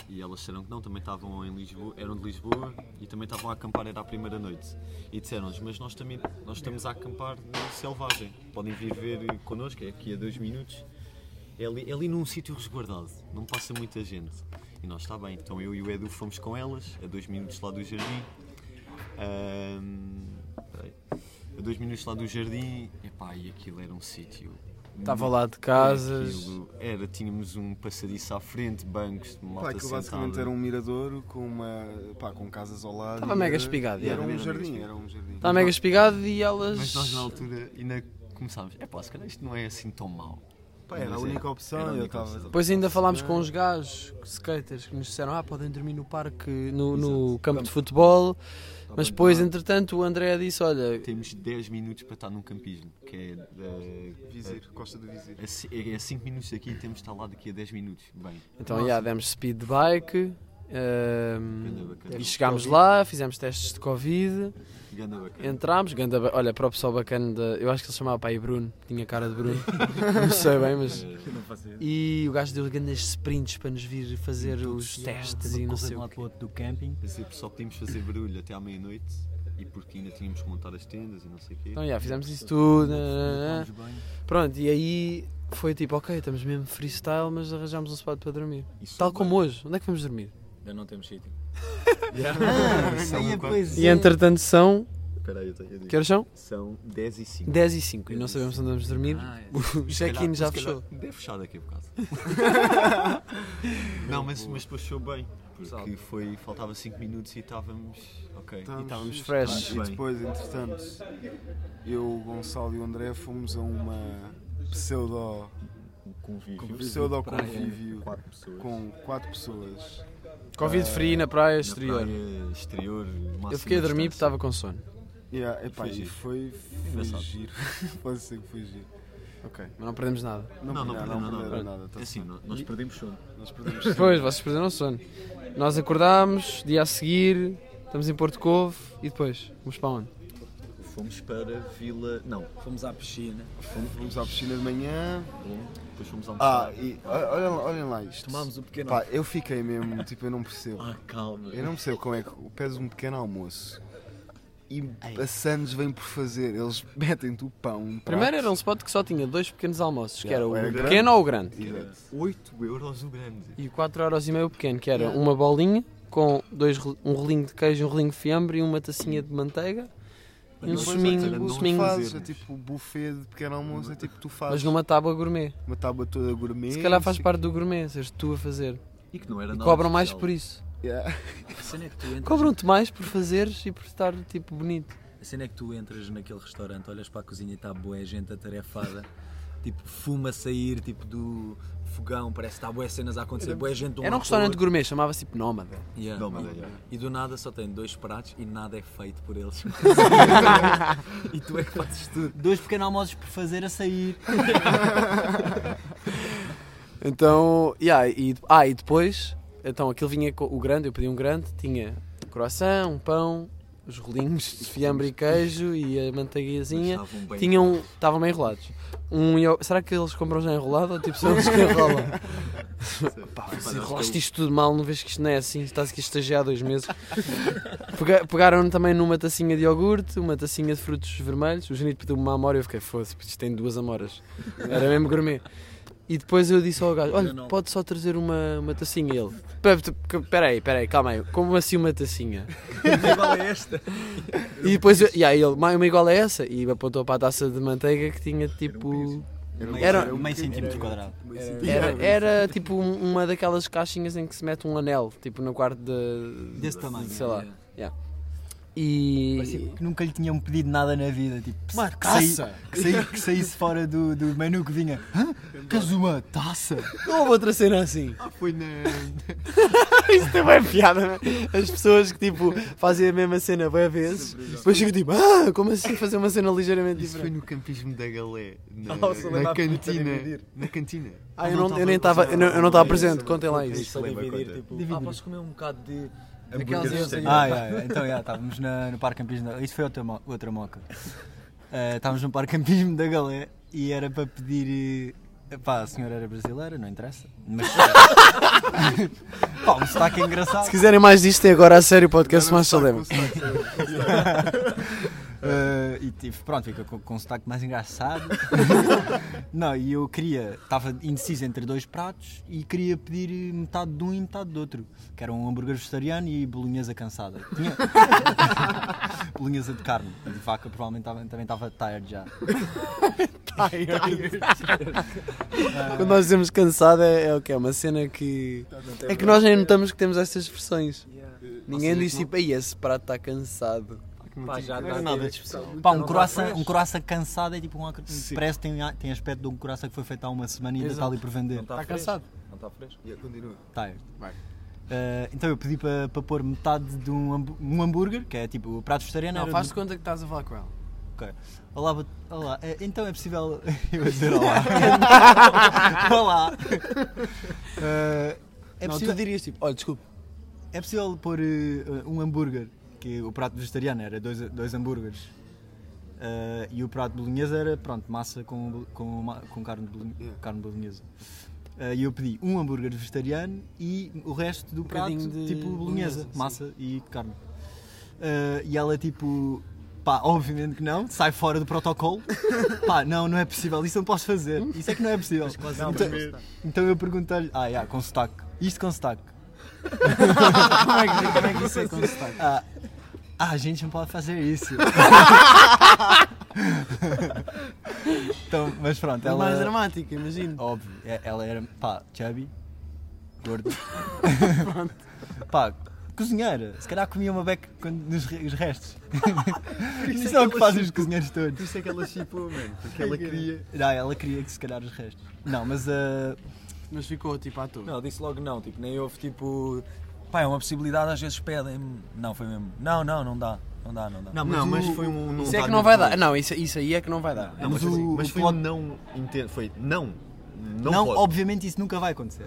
Speaker 8: e elas disseram que não, também estavam em Lisboa, eram de Lisboa e também estavam a acampar, era a primeira noite. E disseram-nos, mas nós também nós estamos a acampar no Selvagem, podem vir ver connosco, é aqui a dois minutos. É ali, é ali num sítio resguardado, não passa muita "Tá gente. E nós está bem, então eu e o Edu fomos com elas, a dois minutos lá do jardim. Ahm, peraí. a dois minutos lá do jardim, epá, e aquilo era um sítio.
Speaker 2: Estava lá de casas.
Speaker 8: Aquilo Era, tínhamos um passadiço à frente, bancos,
Speaker 3: Pá,
Speaker 8: malta
Speaker 3: aquilo
Speaker 8: sentada.
Speaker 3: basicamente era um miradouro com, uma, pá, com casas ao lado.
Speaker 2: Estava
Speaker 3: e
Speaker 2: mega
Speaker 3: era-
Speaker 2: espigado,
Speaker 3: E era
Speaker 2: era
Speaker 3: um
Speaker 8: mega
Speaker 3: jardim,
Speaker 8: espigado.
Speaker 3: era um jardim.
Speaker 2: Estava Tá mega espigado e
Speaker 8: Mas nós na
Speaker 2: elas.
Speaker 8: altura ainda começámos, epá, se calhar isto não é assim tão mau.
Speaker 3: Pá, era a
Speaker 8: Mas é,
Speaker 3: única
Speaker 8: era a
Speaker 3: opção. e Eu
Speaker 8: única
Speaker 3: estava.
Speaker 8: opção.
Speaker 2: Depois ainda
Speaker 8: Ah.
Speaker 2: falámos com uns gajos, skaters, que nos disseram: ah, podem dormir no parque, no, no campo de futebol.
Speaker 8: Tá
Speaker 2: Mas depois, entretanto, o André disse: olha,
Speaker 8: Temos 10 minutos para estar num campismo, que é da.
Speaker 3: Vizir, Costa do Vizir.
Speaker 8: a ci- É 5 minutos aqui e temos de estar lá daqui a 10 minutos. Bem,
Speaker 2: Então, já demos speed de bike ehm,
Speaker 8: Ganda bacana.
Speaker 2: e chegámos lá, fizemos testes de Covid,
Speaker 8: ganda bacana.
Speaker 2: entramos. Ganda, ba- olha, para o pessoal bacana, da- eu acho que ele se chamava pai Bruno, tinha cara
Speaker 8: [LAUGHS]
Speaker 2: de Bruno, não sei bem, mas. E o gajo deu grandes sprints para nos vir fazer os
Speaker 8: é
Speaker 2: testes e não sei
Speaker 7: um
Speaker 2: o
Speaker 7: lado
Speaker 2: quê.
Speaker 7: para o outro do camping.
Speaker 8: Mas tipo, só podíamos fazer barulho até à meia-noite e porque ainda tínhamos que montar as tendas e não sei o quê.
Speaker 2: Então, já, fizemos isso tudo. nananana.
Speaker 7: Tomámos banho.
Speaker 2: Pronto, e aí foi tipo, ok, estamos mesmo freestyle, mas arranjámos um spot para dormir.
Speaker 8: Isso
Speaker 2: Tal
Speaker 8: bem.
Speaker 2: como hoje, onde é que vamos dormir?
Speaker 5: Ainda não
Speaker 8: [LAUGHS]
Speaker 5: temos sítio.
Speaker 2: Ah,
Speaker 8: São quanto?
Speaker 2: E entretanto são,
Speaker 8: é Espera aí, eu tenho- eu digo.
Speaker 2: é que horas são?
Speaker 8: São 10 e 5.
Speaker 2: 10 e 5 e não sabemos onde vamos dormir. [LAUGHS] o check-in já fechou.
Speaker 8: Deve fechar daqui a
Speaker 2: [LAUGHS]
Speaker 8: bocado. não, mas, mas depois fechou bem. Porque foi, faltava 5 minutos e estávamos. Ok.
Speaker 7: Tá.
Speaker 3: Estávamos-
Speaker 2: estávamos fresh.
Speaker 3: E depois, entretanto, eu, o Gonçalo e o André fomos a uma pseudo
Speaker 8: Convívio. é.
Speaker 3: pseudo convívio
Speaker 8: Quatro pessoas.
Speaker 3: com quatro pessoas.
Speaker 2: Covid free na praia
Speaker 8: Na
Speaker 2: exterior.
Speaker 8: praia, exterior. máxima
Speaker 2: Eu fiquei a dormir porque
Speaker 8: distância.
Speaker 2: estava com sono.
Speaker 3: Yeah, epá,
Speaker 8: Foi
Speaker 3: e
Speaker 8: giro.
Speaker 3: foi, foi
Speaker 8: Engraçado.
Speaker 3: giro. [LAUGHS] Pode ser que foi giro. Ok.
Speaker 2: Mas não perdemos nada.
Speaker 3: Não,
Speaker 8: Não, não
Speaker 3: perderam,
Speaker 8: perderam nada.
Speaker 3: perderam nada. tá
Speaker 8: É assim,
Speaker 3: certo.
Speaker 8: nós nós perdemos sono.
Speaker 3: Nós perdemos
Speaker 2: Depois, vocês perderam o sono. Nós acordámos, dia a seguir, estamos em Porto Covo e depois, vamos para onde?
Speaker 8: Fomos para Vila. Não,
Speaker 5: Fomos à piscina.
Speaker 3: Fomos, fomos à piscina de manhã.
Speaker 8: depois fomos almoçar.
Speaker 3: Ah, e ó- olhem, lá- olhem lá isto.
Speaker 5: Tomámos o pequeno.
Speaker 3: Pá, eu fiquei mesmo, tipo, eu não percebo.
Speaker 8: Ah, calma.
Speaker 3: Eu não percebo como é que pedes um pequeno almoço e a Sandes vem por fazer. Eles [LAUGHS] metem-te o pão. Um prato.
Speaker 2: Primeiro era um spot que só tinha dois pequenos almoços, que era o
Speaker 3: Era grande.
Speaker 2: pequeno ou o grande.
Speaker 3: Exato.
Speaker 8: 8 euros o grande.
Speaker 2: E 4,5€ o pequeno, que era uma bolinha com dois, rol- um rolinho de queijo, um rolinho de fiambre e uma tacinha de manteiga e um
Speaker 8: Depois, olha,
Speaker 2: suminho,
Speaker 8: não
Speaker 2: um
Speaker 3: O que
Speaker 2: suminho.
Speaker 3: fazes é tipo buffet de pequeno almoço, é tipo tu
Speaker 2: Mas
Speaker 3: fazes
Speaker 2: numa tábua gourmet.
Speaker 3: uma tábua toda gourmet.
Speaker 2: Se calhar faz
Speaker 3: não sei
Speaker 2: parte do gourmet, seres tu a fazer.
Speaker 8: E que
Speaker 5: É
Speaker 8: não era
Speaker 2: E
Speaker 8: nada.
Speaker 2: cobram mais
Speaker 8: especial.
Speaker 2: por isso.
Speaker 3: quê. Yeah. [LAUGHS]
Speaker 5: A cena é que tu entras,
Speaker 2: Cobram-te mais por fazeres e por estar tipo bonito.
Speaker 5: a cena é que tu entras naquele restaurante, olhas para a cozinha e está boa gente atarefada. [LAUGHS] tipo, fuma a sair tipo do fogão, parece que está boé cenas a acontecer, boé gente de um
Speaker 2: Era um
Speaker 5: lado para o
Speaker 2: restaurante
Speaker 5: outro.
Speaker 2: gourmet, chamava-se tipo Nómada.
Speaker 5: Yeah.
Speaker 8: Não, mas, yeah.
Speaker 5: E do nada só tem dois pratos e nada é feito por eles. e tu é que fazes
Speaker 7: [LAUGHS]
Speaker 5: tudo.
Speaker 7: Dois pequenos almoços por fazer a sair.
Speaker 2: Então, yeah, e, ah, e depois, então aquilo vinha com o grande, eu pedi um grande, tinha croissant, um pão, os rolinhos de fiambre e queijo e a manteiguinha.
Speaker 8: Estavam bem.
Speaker 2: Tinham, estavam bem enrolados. Um, iog- será que eles compram já enrolado ou tipo são eles que enrolam? Pá, se enrolaste isto tudo mal, não vês que isto não é assim, estás aqui a estagiar há dois meses. Pega- Pegaram também numa tacinha de iogurte, uma tacinha de frutos vermelhos. O Janito pediu-me uma amora e eu fiquei, foda-se, isto tem duas amoras. Era mesmo gourmet. E depois eu disse ao gajo, olha, pode só trazer uma, uma tacinha. E ele, "Pe- pe- peraí, peraí, calma aí, como assim uma
Speaker 5: [LAUGHS]
Speaker 2: tacinha?
Speaker 5: Igual a esta.
Speaker 2: E depois, eu, e aí ele, "Mais uma igual a essa? E apontou para a taça de manteiga que
Speaker 5: um
Speaker 2: tinha tipo... Era-
Speaker 8: um
Speaker 7: Meio- meio centímetro quadrado.
Speaker 2: Era, era tipo um- uma daquelas caixinhas em que se mete um anel, tipo no quarto de.
Speaker 7: Desse tamanho,
Speaker 2: Sei lá.
Speaker 5: yeah.
Speaker 2: yeah. E.
Speaker 7: Parecia que nunca lhe tinham pedido nada na vida. Tipo, que
Speaker 2: Uma
Speaker 7: saí-
Speaker 2: taça!
Speaker 7: que, saí- que saísse fora do, do menu que vinha. Hã? Queres uma taça?
Speaker 2: Não houve outra cena assim. [LAUGHS]
Speaker 3: Foi na.
Speaker 2: Isto é bem piada, né? As pessoas que tipo fazem a mesma cena bem vezes, depois ficam tipo, ah, como assim fazer uma cena ligeiramente
Speaker 8: Isso foi
Speaker 2: diferente?
Speaker 8: no campismo da Galé. Na,
Speaker 5: Nossa,
Speaker 8: na
Speaker 5: lembra-me de
Speaker 8: cantina.
Speaker 5: dividir.
Speaker 8: Na cantina.
Speaker 2: Ah, eu, não, eu nem estava, eu não- eu não estava presente, contem lá isso.
Speaker 5: Só
Speaker 8: leva
Speaker 5: dividir,
Speaker 8: quanto é?
Speaker 5: tipo, ah, posso comer um bocado de.
Speaker 8: Hambúrgueres
Speaker 5: Aquelas-
Speaker 8: sem-
Speaker 7: Ah, yeah, yeah. então já, estávamos na- no Parque Campismo da... Isso foi outra, mo- outra moca. Ah, estávamos no Parque Campismo da Galé e era para pedir... eh, Pá, a senhora era brasileira, não interessa. Mas... [LAUGHS] Pá, um sotaque engraçado.
Speaker 2: é Se quiserem mais disto, tem agora a sério o podcast mais
Speaker 3: Era
Speaker 2: salema.
Speaker 3: um saco, um saco.
Speaker 7: Eh, e tive, pronto, fica com, com um sotaque mais engraçado. [LAUGHS] não, e eu queria, estava indeciso entre dois pratos e queria pedir metade de um e metade do outro, que era um hambúrguer vegetariano e bolonhesa cansada. Tinha [LAUGHS] bolonhesa de carne, de vaca, provavelmente tava- também estava tired já.
Speaker 2: Quando nós dizemos cansada é, é o que? É uma cena que. É que nós nem notamos que temos estas versões. Ninguém diz tipo, ei, esse prato está cansado.
Speaker 4: Pá, já
Speaker 8: Não era
Speaker 4: dá-
Speaker 8: nada de especial.
Speaker 2: Então
Speaker 7: Pá, um croissant, um croissant cansado é tipo um acro- parece que tem, a- tem aspecto de um croissant que foi feito há uma semana e ainda está ali por vender.
Speaker 4: Não
Speaker 5: tá
Speaker 4: está cansado. Não está fresco.
Speaker 8: Yeah, continua.
Speaker 7: Tired. Eh, então eu pedi para para pôr metade de um, hambú- um hambúrguer, que é tipo o prato vegetariano.
Speaker 2: Não,
Speaker 7: era
Speaker 2: faz de
Speaker 7: de-
Speaker 2: conta que tá- estás a falar com ela.
Speaker 7: Ok. Olá, bo- olá. eh, então é possível [LAUGHS] eu dizer olá. olá. Eh, é,
Speaker 2: não,
Speaker 7: possível,
Speaker 2: tu dirias tipo, olha, desculpe.
Speaker 7: é possível pôr eh, um hambúrguer, que o prato vegetariano era dois, dois hambúrgueres. Eh, e o prato bolonhesa era, pronto, massa com, bol- com, ma- com carne, de bolon- carne bolonhesa. Eh, E eu pedi um hambúrguer vegetariano e o resto do prato,
Speaker 2: Um bocadinho de
Speaker 7: tipo
Speaker 2: bolonhesa,
Speaker 7: bolonhesa,
Speaker 2: sim.
Speaker 7: massa e carne. Eh, e ela, tipo, pá, obviamente que não, sai fora
Speaker 2: [LAUGHS]
Speaker 7: do protocolo. pá, não, não é possível, isso não posso fazer, isso é que não é possível. então, então eu perguntei-lhe, ah, yeah, com sotaque, isto com sotaque.
Speaker 2: Como é que, como é que isso é com sotaque?
Speaker 7: Ah, ah, a gente não pode fazer isso. então, mas pronto,
Speaker 2: É
Speaker 7: ela.
Speaker 2: mais dramático, imagino.
Speaker 7: Óbvio, é- ela era, pá, chubby, gordo. pá, cozinheira. Se calhar comia uma beca quando- nos re- os restos. Isso é o que fazem os cozinheiros todos.
Speaker 8: Por isso é que ela chipou, mano. Porque ela queria.
Speaker 7: Não, ela queria que se calhar os restos. Não, mas ah,
Speaker 2: Mas ficou tipo à toa.
Speaker 4: Não, disse logo não, tipo, nem houve tipo. Pá, é uma possibilidade, às vezes pedem-me. Não, foi mesmo. Não, não, não dá. Não dá, não dá.
Speaker 8: Não, mas, foi um.
Speaker 2: Isso é
Speaker 8: dá
Speaker 2: que não vai
Speaker 8: muito
Speaker 2: dar. Não, isso, isso aí é que não vai dar.
Speaker 8: Não, mas,
Speaker 7: Mas o-
Speaker 8: mas
Speaker 7: o
Speaker 8: foi
Speaker 7: plot-
Speaker 8: um não entendo. Foi não. Não,
Speaker 7: não,
Speaker 8: pode.
Speaker 7: obviamente isso nunca vai acontecer.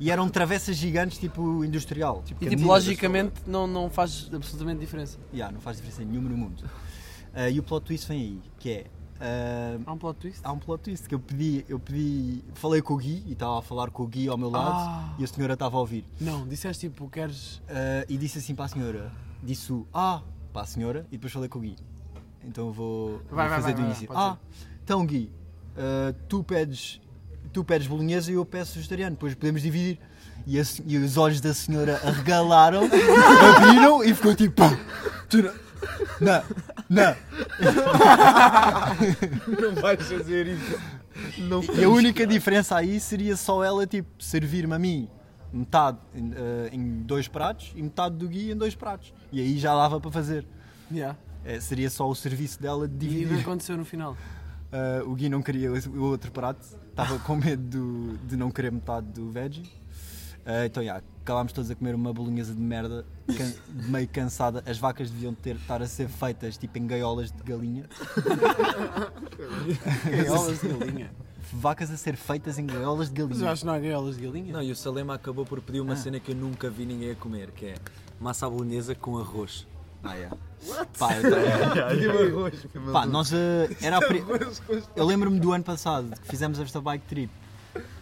Speaker 7: E eram travessas gigantes tipo industrial. Tipo,
Speaker 2: E tipo,
Speaker 7: cantinas.
Speaker 2: logicamente não, não faz absolutamente diferença.
Speaker 7: Yeah, não faz diferença nenhuma no mundo. Ah, e o plot twist vem aí, que é. ah,
Speaker 2: Há um plot twist?
Speaker 7: há um plot twist que eu pedi, eu pedi, falei com o Gui e estava a falar com o Gui ao meu lado
Speaker 2: Ah.
Speaker 7: e a senhora estava a ouvir.
Speaker 2: Não, disseste tipo, queres.
Speaker 7: Ah, e disse assim para a senhora, disse o ah para a senhora e depois falei com o Gui. Então eu vou, vou
Speaker 2: vai, vai,
Speaker 7: fazer
Speaker 2: vai,
Speaker 7: do início.
Speaker 2: pode
Speaker 7: ah, então Gui, ah, tu pedes tu pedes bolonhesa e eu peço vegetariano, depois podemos dividir. E, a se- e os olhos da senhora
Speaker 2: [LAUGHS]
Speaker 7: arregalaram, abriram e ficou tipo pá, tu não, não, não.
Speaker 8: Não vais fazer isso. Não
Speaker 7: E a única diferença aí seria só ela tipo servir-me a mim metade em, eh, em dois pratos e metade do Gui em dois pratos. E aí já dava para fazer.
Speaker 2: Yeah.
Speaker 7: Eh, seria só o serviço dela de
Speaker 2: E o que
Speaker 7: dividir.
Speaker 2: aconteceu no final?
Speaker 7: Eh, o Gui não queria esse- o outro prato, estava com medo do- de não querer metade do veggie. Eh, então, já, acabámos todos a comer uma bolinhesa de merda, can- meio cansada. As vacas deviam ter, estar a ser feitas tipo em gaiolas de galinha.
Speaker 2: [LAUGHS] Gaiolas de galinha.
Speaker 7: Vacas a ser feitas em gaiolas de
Speaker 2: Mas eu
Speaker 7: galinha.
Speaker 2: acho que não há gaiolas de galinha.
Speaker 4: Não, e o Salema acabou por pedir
Speaker 2: Ah.
Speaker 4: uma cena que eu nunca vi ninguém a comer, que é massa à bolonhesa com arroz.
Speaker 7: Ah, yeah. Pá, eu- Pá, nós eh, era a pri- Eu lembro-me do ano passado que fizemos esta bike trip.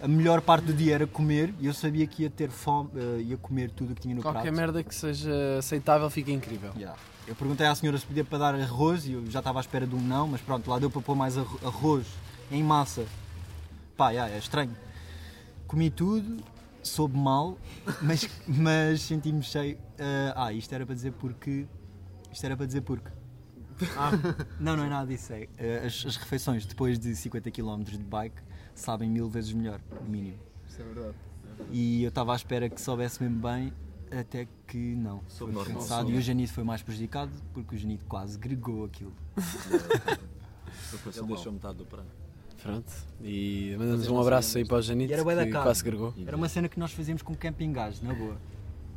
Speaker 7: A melhor parte do dia era comer e eu sabia que ia ter fome, eh, ia comer tudo o que tinha no
Speaker 2: Qualquer
Speaker 7: prato.
Speaker 2: merda que seja aceitável fica incrível.
Speaker 7: Yeah. Eu perguntei à senhora se podia para dar arroz e eu já estava à espera de um não, mas pronto, lá deu para pôr mais arro- arroz em massa. Pá, yeah, é estranho. Comi tudo, soube mal, [LAUGHS] mas, mas senti-me cheio. Eh, ah, isto era para dizer porque. Isto era para dizer porque. [LAUGHS] Não, não é nada disso. É. eh, As, as refeições depois de 50 km de bike sabem mil vezes melhor, no mínimo.
Speaker 8: Isso é verdade.
Speaker 7: E eu estava à espera que soubesse mesmo bem, até que não.
Speaker 8: Soube
Speaker 7: Foi
Speaker 8: normal,
Speaker 7: cansado.
Speaker 8: soube.
Speaker 7: E o Janito foi mais prejudicado porque o Janito quase gregou aquilo.
Speaker 4: Ele deixou metade do prato.
Speaker 2: Pronto. E mandamos um abraço aí para o Janito,
Speaker 7: E era bué da
Speaker 2: que
Speaker 7: cara.
Speaker 2: quase gregou.
Speaker 7: Era uma cena que nós fazíamos com camping gás, na boa.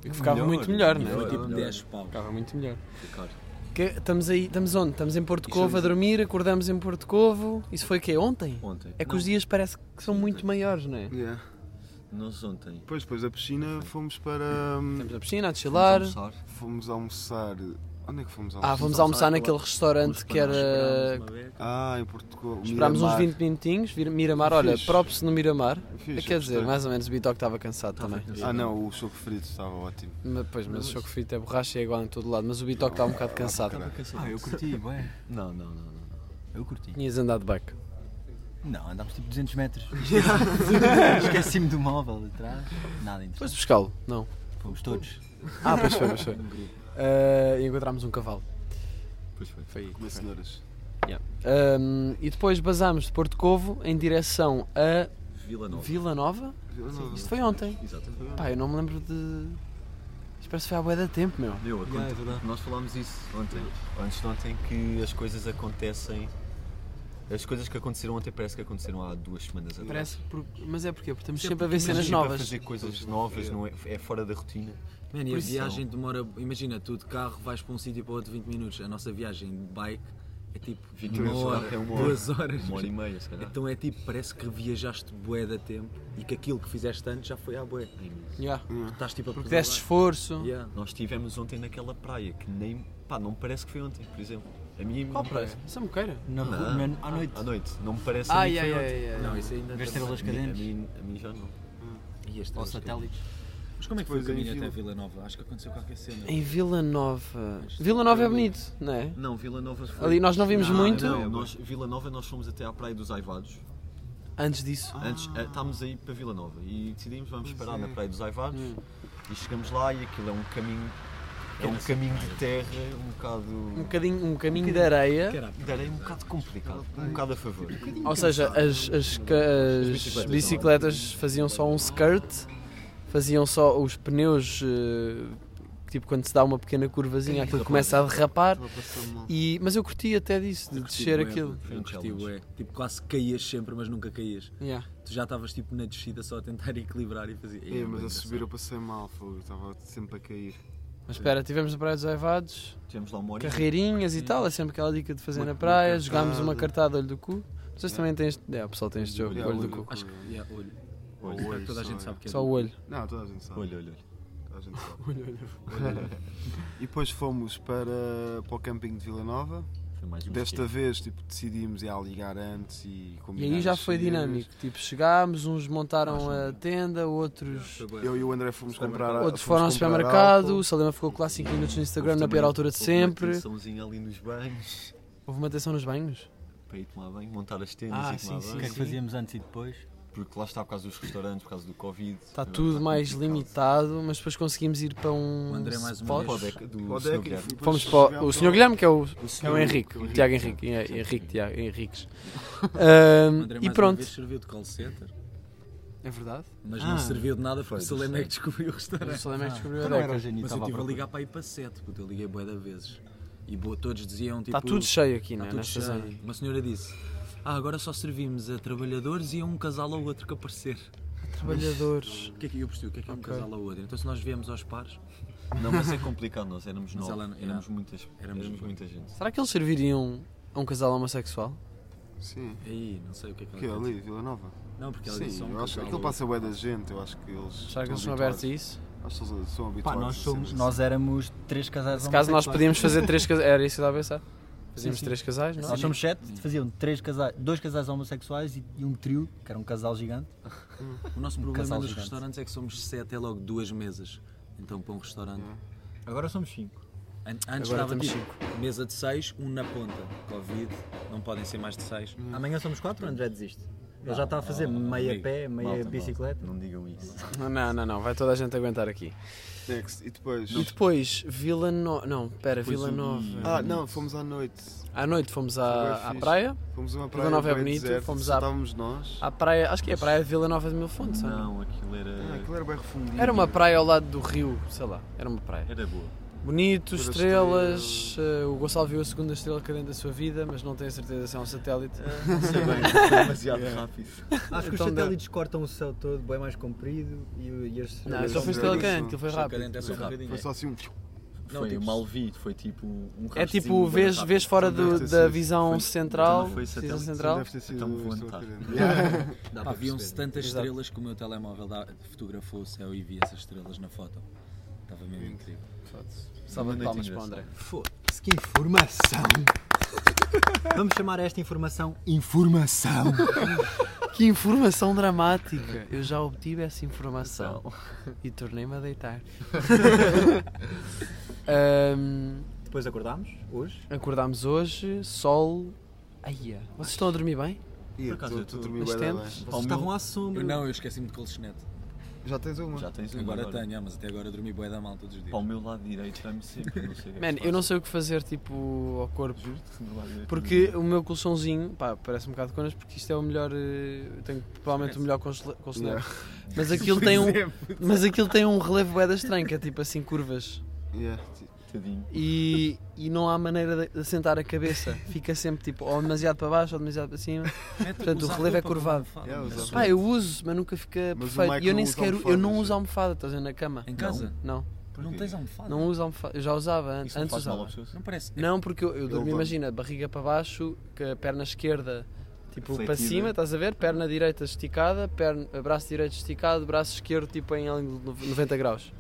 Speaker 2: E que ficava muito É melhor, não
Speaker 4: Foi
Speaker 2: é?
Speaker 4: tipo 10 pau.
Speaker 2: Ficava muito melhor.
Speaker 4: Ricardo.
Speaker 2: Que- estamos aí, estamos onde? Estamos em Porto Covo a dormir, acordamos em Porto Covo. Isso foi o quê? é- Ontem?
Speaker 8: Ontem.
Speaker 2: É que os dias parece que são muito maiores, não é?
Speaker 3: Yeah.
Speaker 8: Nós ontem.
Speaker 3: Depois, depois da piscina, fomos para. hum,
Speaker 2: Estamos na piscina, a chilar.
Speaker 8: Almoçar.
Speaker 3: Fomos almoçar Onde é que fomos almoçar?
Speaker 2: Ah, fomos almoçar naquele restaurante que era.
Speaker 3: Ah, em Portugal.
Speaker 2: Esperámos uns 20 minutinhos, vir- Miramar, olha,
Speaker 3: Fixe.
Speaker 2: props no Miramar.
Speaker 3: Fixe,
Speaker 2: Quer dizer,
Speaker 3: gostei.
Speaker 2: mais ou menos o Bitoque estava cansado também.
Speaker 3: Ah, não, o choco frito estava ótimo.
Speaker 2: Mas, pois, mas o choco frito é borracha e é igual em todo lado, mas o Bitoque estava um bocado cansado.
Speaker 3: caralho.
Speaker 7: Ah, eu curti, bem.
Speaker 5: Não, não, não. não.
Speaker 7: Eu curti.
Speaker 2: Tinhas andado de bike.
Speaker 7: Não, andámos tipo 200 metros. Esqueci-me do móvel atrás.
Speaker 2: Depois
Speaker 7: Nada
Speaker 2: de
Speaker 7: interessante.
Speaker 2: buscá-lo, não.
Speaker 7: Fomos todos.
Speaker 2: Ah, pois foi, [LAUGHS] pois foi. Ah, e encontramos um cavalo.
Speaker 8: Pois foi.
Speaker 2: Foi aí.
Speaker 3: Comer cenouras.
Speaker 2: Ahm, e depois basámos de Porto Covo em direção a
Speaker 4: Vila Nova.
Speaker 2: Vila Nova.
Speaker 3: Vila Nova.
Speaker 2: Isto foi ontem.
Speaker 4: Exatamente.
Speaker 2: Pá, eu não me lembro de. Isto parece que foi há bué da tempo, meu.
Speaker 8: Meu, aconte-
Speaker 4: é verdade.
Speaker 8: nós falámos isso ontem, antes de ontem, que as coisas acontecem. As coisas que aconteceram ontem parece que aconteceram há duas semanas atrás.
Speaker 2: Parece porque- Mas é porque Porque estamos
Speaker 8: Sim,
Speaker 2: sempre a ver
Speaker 8: porque
Speaker 2: cenas
Speaker 8: imagina,
Speaker 2: novas.
Speaker 8: fazer coisas novas não é, é fora da rotina. então.
Speaker 5: Man, e
Speaker 2: Por
Speaker 5: a
Speaker 2: isso-
Speaker 5: viagem demora. Imagina, tu de carro vais para um sítio e para outro 20 minutos. A nossa viagem de bike é tipo uma
Speaker 8: minutos,
Speaker 5: hora,
Speaker 8: é uma hora.
Speaker 5: duas horas.
Speaker 8: Uma hora e meia, se calhar.
Speaker 5: Então é tipo, parece que viajaste bué da tempo e que aquilo que fizeste antes já foi à bué.
Speaker 2: Yeah.
Speaker 5: Estás tipo a
Speaker 2: Porque
Speaker 5: perder
Speaker 2: deste esforço.
Speaker 5: Yeah.
Speaker 8: Nós estivemos ontem naquela praia que nem. pá, não me parece que foi ontem, por exemplo. A mim
Speaker 2: Qual
Speaker 8: não
Speaker 2: praia?
Speaker 8: parece.
Speaker 2: Essa moqueira?
Speaker 7: Na rua,
Speaker 8: Não.
Speaker 7: na- à noite.
Speaker 8: À noite, não me parece a
Speaker 2: é Ah,
Speaker 8: mim que
Speaker 2: yeah,
Speaker 8: foi
Speaker 2: yeah,
Speaker 8: ontem.
Speaker 2: yeah.
Speaker 5: Não, isso ainda. tá
Speaker 7: Ver
Speaker 5: também.
Speaker 7: estrelas
Speaker 8: A mim-
Speaker 7: cadentes.
Speaker 8: A mim, a mim já não.
Speaker 5: E
Speaker 7: Ou
Speaker 5: estrelas cadentes.
Speaker 7: satélites.
Speaker 5: Mas como é que foi o
Speaker 3: Depois em
Speaker 5: caminho até
Speaker 3: Vila-
Speaker 5: Vila Nova? Acho que aconteceu qualquer cena.
Speaker 2: Em Vila Nova. Vila Nova é bonito, não é?
Speaker 8: Não, Vila Nova foi.
Speaker 2: Ali nós não vimos
Speaker 8: Não,
Speaker 2: muito.
Speaker 8: Não, nós, Vila Nova nós fomos até à Praia dos Aivados.
Speaker 2: Antes disso.
Speaker 8: Antes eh, estávamos aí para Vila Nova e decidimos vamos parar
Speaker 2: é.
Speaker 8: na Praia dos Aivados
Speaker 2: Hum.
Speaker 8: e chegamos lá e aquilo é um caminho. É
Speaker 5: assim,
Speaker 8: um caminho de terra um
Speaker 2: Um
Speaker 8: bocado.
Speaker 2: bocadinho, um caminho de areia.
Speaker 8: de areia um bocado complicado. Um bocado a favor.
Speaker 5: tipo
Speaker 2: Ou seja, as, as, ca- as bicicletas faziam só um skirt, faziam só os pneus, eh, tipo quando se dá uma pequena curvazinha, aquilo começa a derrapar. E, mas eu curti até disso, de descer aquilo.
Speaker 5: Foi um challenge. Tipo, quase caías sempre, mas nunca caías.
Speaker 2: Yeah.
Speaker 5: Tu já estavas tipo na descida só a tentar [LAUGHS] equilibrar e fazer.
Speaker 3: É, mas a
Speaker 5: bem
Speaker 3: subir eu passei mal, fogo. Estava sempre a cair.
Speaker 2: Mas espera, tivemos a Praia dos Aivados,
Speaker 8: Tivemos lá uma hora. e
Speaker 2: carreirinhas e tal, é sempre aquela dica de fazer na praia, jogámos uma cartada olho do cu. Vocês também têm este. É, o pessoal tem este jogo,
Speaker 3: Yeah,
Speaker 2: olho do
Speaker 3: olho
Speaker 2: cu.
Speaker 3: do cu.
Speaker 5: Acho que yeah, olho.
Speaker 8: Olho,
Speaker 5: Espero
Speaker 3: olho
Speaker 5: que toda a
Speaker 3: só,
Speaker 5: gente
Speaker 3: é.
Speaker 5: sabe o que é.
Speaker 2: Só o olho.
Speaker 3: Não, toda a gente sabe.
Speaker 8: Olha, olha.
Speaker 3: Toda a
Speaker 2: [LAUGHS]
Speaker 3: gente sabe. [LAUGHS] E depois fomos para, para o camping de Vila Nova.
Speaker 8: Foi mais um
Speaker 3: Desta
Speaker 8: esquema.
Speaker 3: vez tipo, decidimos ir a ligar antes e
Speaker 2: E
Speaker 3: combinar.
Speaker 2: aí já
Speaker 3: as
Speaker 2: foi
Speaker 3: saídas.
Speaker 2: dinâmico. Tipo, chegámos, uns montaram a tenda, outros.
Speaker 3: Eu e o André fomos comprar
Speaker 2: Outros
Speaker 3: fomos
Speaker 2: foram ao
Speaker 3: comprar
Speaker 2: supermercado,
Speaker 3: álcool.
Speaker 2: o Salema ficou lá 5 minutos no Instagram
Speaker 8: Houve
Speaker 2: na
Speaker 8: também-
Speaker 2: pior altura de
Speaker 8: houve uma
Speaker 2: sempre.
Speaker 8: tensãozinha ali nos
Speaker 5: [LAUGHS]
Speaker 8: banhos
Speaker 2: Houve uma tensão nos banhos?
Speaker 8: para ir tomar banho, montar as tendas
Speaker 2: Ah,
Speaker 8: e tomar
Speaker 2: sim,
Speaker 7: O
Speaker 8: banho.
Speaker 7: que é que fazíamos antes e depois?
Speaker 8: Porque lá está por causa dos restaurantes, por causa do Covid.
Speaker 2: Está Tá tudo mais limitado, mas depois conseguimos ir para um
Speaker 5: O André mais uma
Speaker 2: spot.
Speaker 5: vez.
Speaker 8: Pode, do
Speaker 3: Onde é
Speaker 8: Sr.
Speaker 3: que
Speaker 8: Guilherme.
Speaker 3: depois
Speaker 2: Fomos para o- o
Speaker 3: chegámos
Speaker 2: Sr.
Speaker 3: lá-
Speaker 2: Guilherme, que é o,
Speaker 3: Sr.
Speaker 2: é o Henrique, o
Speaker 3: Henrique.
Speaker 2: Tiago Henrique, é, é Henrique, Tiago
Speaker 5: [LAUGHS]
Speaker 2: Henriques. Ahm,
Speaker 5: O André mais
Speaker 2: Hum, e
Speaker 5: uma
Speaker 2: pronto.
Speaker 5: vez serviu de call center,
Speaker 2: É verdade?
Speaker 5: mas
Speaker 7: Ah.
Speaker 5: não serviu de nada porque
Speaker 8: Pois,
Speaker 5: o Salema é
Speaker 8: sei.
Speaker 5: que descobriu o restaurante.
Speaker 2: O Salema é que descobriu a
Speaker 7: Não era o
Speaker 2: Deca.
Speaker 7: Geni,
Speaker 5: Mas eu
Speaker 7: estava
Speaker 5: estive a
Speaker 7: à
Speaker 5: ligar para ir para 7, puto, eu liguei bué da vezes. E boa, todos diziam tipo.
Speaker 2: Está tudo cheio aqui,
Speaker 5: "Tá
Speaker 2: né?
Speaker 5: tudo
Speaker 2: Nesta
Speaker 5: cheio."
Speaker 2: zona.
Speaker 5: Uma senhora disse: Ah, agora só servimos a trabalhadores e a um casal ou outro que aparecer.
Speaker 2: Trabalhadores.
Speaker 5: O que é que eu percebi? O que é que é um
Speaker 2: Ok.
Speaker 5: casal ou outro? Então se nós viemos aos pares,
Speaker 8: Não, mas é complicado, nós éramos
Speaker 5: Mas
Speaker 8: nove,
Speaker 5: ela não-
Speaker 8: éramos, muitas,
Speaker 5: Éramos
Speaker 8: éramos,
Speaker 5: oito.
Speaker 8: muita gente.
Speaker 2: Será que eles serviriam a um casal homossexual?
Speaker 3: Sim.
Speaker 5: aí não sei o que é que
Speaker 3: Que é
Speaker 5: ela
Speaker 3: ali, Vila Nova.
Speaker 5: disse. Não, porque ela disse
Speaker 3: Sim,
Speaker 5: só um
Speaker 3: eu acho que
Speaker 5: casal
Speaker 3: aquilo
Speaker 5: ou
Speaker 3: passa bué da gente, eu acho que eles.
Speaker 2: Será que eles são abertos a
Speaker 3: habituados.
Speaker 2: isso?
Speaker 3: Acho que eles são
Speaker 7: Pá,
Speaker 3: habituados.
Speaker 7: nós,
Speaker 3: a
Speaker 7: somos,
Speaker 3: cenas
Speaker 7: nós éramos três casais
Speaker 2: Se caso nós
Speaker 7: homossexuais.
Speaker 2: podíamos fazer [LAUGHS] três casais, era isso que eu estava a pensar. Fazíamos
Speaker 7: sim.
Speaker 2: três casais, não?
Speaker 7: Nós somos sete, faziam três casais, dois casais homossexuais e, e um trio, que era um casal gigante.
Speaker 5: outro. O
Speaker 3: um
Speaker 5: nosso problema
Speaker 7: casal
Speaker 5: nos
Speaker 7: gigante.
Speaker 5: restaurantes é que somos 7, é logo duas mesas. Então para um restaurante.
Speaker 8: Agora somos cinco.
Speaker 5: An- Antes
Speaker 2: Agora
Speaker 5: estava
Speaker 2: temos
Speaker 5: tipo, mesa de 6, um na ponta. Covid, não podem ser mais de 6.
Speaker 9: Hum. Amanhã somos quatro, o André desiste. Ele já está a fazer meia
Speaker 5: amigo.
Speaker 9: pé, meia
Speaker 8: Malta,
Speaker 9: bicicleta.
Speaker 8: Não digam isso.
Speaker 2: Não, não, não, não, vai toda a gente aguentar aqui.
Speaker 3: Next. E depois.
Speaker 2: E depois, Vila Nova. Não, pera, Vila Nova.
Speaker 3: Ah, não, fomos à noite.
Speaker 2: À noite fomos
Speaker 3: Foi
Speaker 2: à,
Speaker 3: bem
Speaker 2: à
Speaker 3: fixe.
Speaker 2: praia.
Speaker 3: Fomos a uma praia.
Speaker 2: Nova é
Speaker 3: bué
Speaker 2: bonito,
Speaker 3: deserta,
Speaker 2: fomos
Speaker 3: só
Speaker 2: à-
Speaker 3: Estávamos nós.
Speaker 2: À praia, acho que é a praia Vila Nova de Mil Fontes, ou não? é?
Speaker 8: Não, aquilo
Speaker 3: Ah,
Speaker 8: era.
Speaker 3: aquilo era bem refundido.
Speaker 2: Era uma praia ao lado do rio, sei lá, era uma praia.
Speaker 8: Era
Speaker 5: [LAUGHS]
Speaker 8: boa.
Speaker 2: Bonito,
Speaker 3: Era
Speaker 2: estrelas, eh, o Gonçalo viu a segunda estrela cadente da sua vida, mas não tenho certeza se é um satélite.
Speaker 8: Não sei bem, foi demasiado rápido.
Speaker 9: [LAUGHS] Acho que os
Speaker 2: Então,
Speaker 9: satélites cortam o céu todo, bem mais comprido e, o- e as
Speaker 2: Não,
Speaker 7: é um
Speaker 9: estrelas
Speaker 2: só foi
Speaker 9: são-
Speaker 2: estrela
Speaker 3: Isso.
Speaker 2: cadente, aquilo foi
Speaker 5: Só que
Speaker 2: rápido.
Speaker 5: dentro é só
Speaker 3: Foi
Speaker 5: rapidinho.
Speaker 3: só assim um.
Speaker 5: Não,
Speaker 8: foi
Speaker 5: tipo-
Speaker 8: mal vi, foi tipo um
Speaker 2: É
Speaker 8: rastezinho
Speaker 2: tipo,
Speaker 8: bem
Speaker 2: vês,
Speaker 8: rápido.
Speaker 2: vês fora do-
Speaker 3: Deve ter
Speaker 2: da
Speaker 3: sido.
Speaker 2: visão
Speaker 8: Foi-
Speaker 2: central,
Speaker 8: então não foi
Speaker 2: visão
Speaker 8: satélite,
Speaker 2: central.
Speaker 3: Deve ter sido. um
Speaker 8: Então vou
Speaker 3: estou a
Speaker 8: anotar.
Speaker 3: querer.
Speaker 8: [LAUGHS]
Speaker 5: Dá para Viam-se tantas
Speaker 2: Exato.
Speaker 5: estrelas que o meu telemóvel dá- fotografou o céu e vi essas estrelas na foto. Estava mesmo incrível.
Speaker 2: Salva de
Speaker 8: Uma noite
Speaker 2: palmas para o André.
Speaker 8: engraçada.
Speaker 5: Foda-se.
Speaker 7: Nossa,
Speaker 9: [LAUGHS]
Speaker 7: que informação! Vamos chamar esta informação informação.
Speaker 2: Que informação dramática! Eu já obtive essa informação e tornei-me a deitar. [LAUGHS] Ahm,
Speaker 7: Depois acordámos, hoje.
Speaker 2: acordámos hoje, sol.
Speaker 8: é.
Speaker 2: Aia, vocês estão a dormir bem?
Speaker 3: Ih,
Speaker 7: acaso, eu
Speaker 3: tu, tu
Speaker 7: tô-
Speaker 3: dormiu
Speaker 2: mas
Speaker 3: bué da
Speaker 2: temos-
Speaker 3: bem.
Speaker 7: Vocês
Speaker 4: Ao
Speaker 7: estavam
Speaker 4: meu-
Speaker 7: à sombra.
Speaker 4: Eu não, eu esqueci-me de colchonete.
Speaker 3: Já tens uma?
Speaker 8: Já tens um
Speaker 4: Agora, tenho, ah, mas até agora dormi bué da mal todos os dias.
Speaker 8: Para o meu lado direito vai-me sempre, não sei o que é que
Speaker 2: Man,
Speaker 8: se
Speaker 2: eu não
Speaker 8: passa.
Speaker 2: sei o que fazer tipo ao corpo.
Speaker 8: Juro-te que o meu lado direito
Speaker 2: Porque o meu colchãozinho, pá, parece um bocado conas porque isto é o melhor. eh, Eu tenho provavelmente o melhor colchone- colchonete. Mas aquilo tem um. Mas aquilo tem um relevo bué da estranho, que é tipo assim, curvas.
Speaker 3: Yeah.
Speaker 8: Tadinho.
Speaker 2: E, e não há maneira de assentar a cabeça. Fica sempre tipo, ou demasiado para baixo ou demasiado para cima. Portanto, o relevo é curvado.
Speaker 8: Ah,
Speaker 3: Yeah, os
Speaker 2: Pá, eu uso, mas nunca fica
Speaker 3: Mas o
Speaker 2: perfeito.
Speaker 3: Michael
Speaker 2: E eu nem
Speaker 3: usa
Speaker 2: sequer. Eu
Speaker 3: almofadas,
Speaker 2: não
Speaker 3: é?
Speaker 2: uso almofada, estás a ver, na cama.
Speaker 4: Em casa?
Speaker 2: Não,
Speaker 4: Não, tens almofada?
Speaker 2: não uso almofada. Eu já usava an-
Speaker 8: Isso não
Speaker 2: antes.
Speaker 8: faz mal
Speaker 2: Usava.
Speaker 8: às pessoas?
Speaker 4: Não parece. É
Speaker 2: Não, porque eu, eu dormi,
Speaker 3: dorme.
Speaker 2: imagina, barriga para baixo, que a perna esquerda tipo para
Speaker 8: Flexível.
Speaker 2: cima, estás a ver? Perna direita esticada, perna, braço direito esticado, braço esquerdo tipo em ângulo de 90 graus.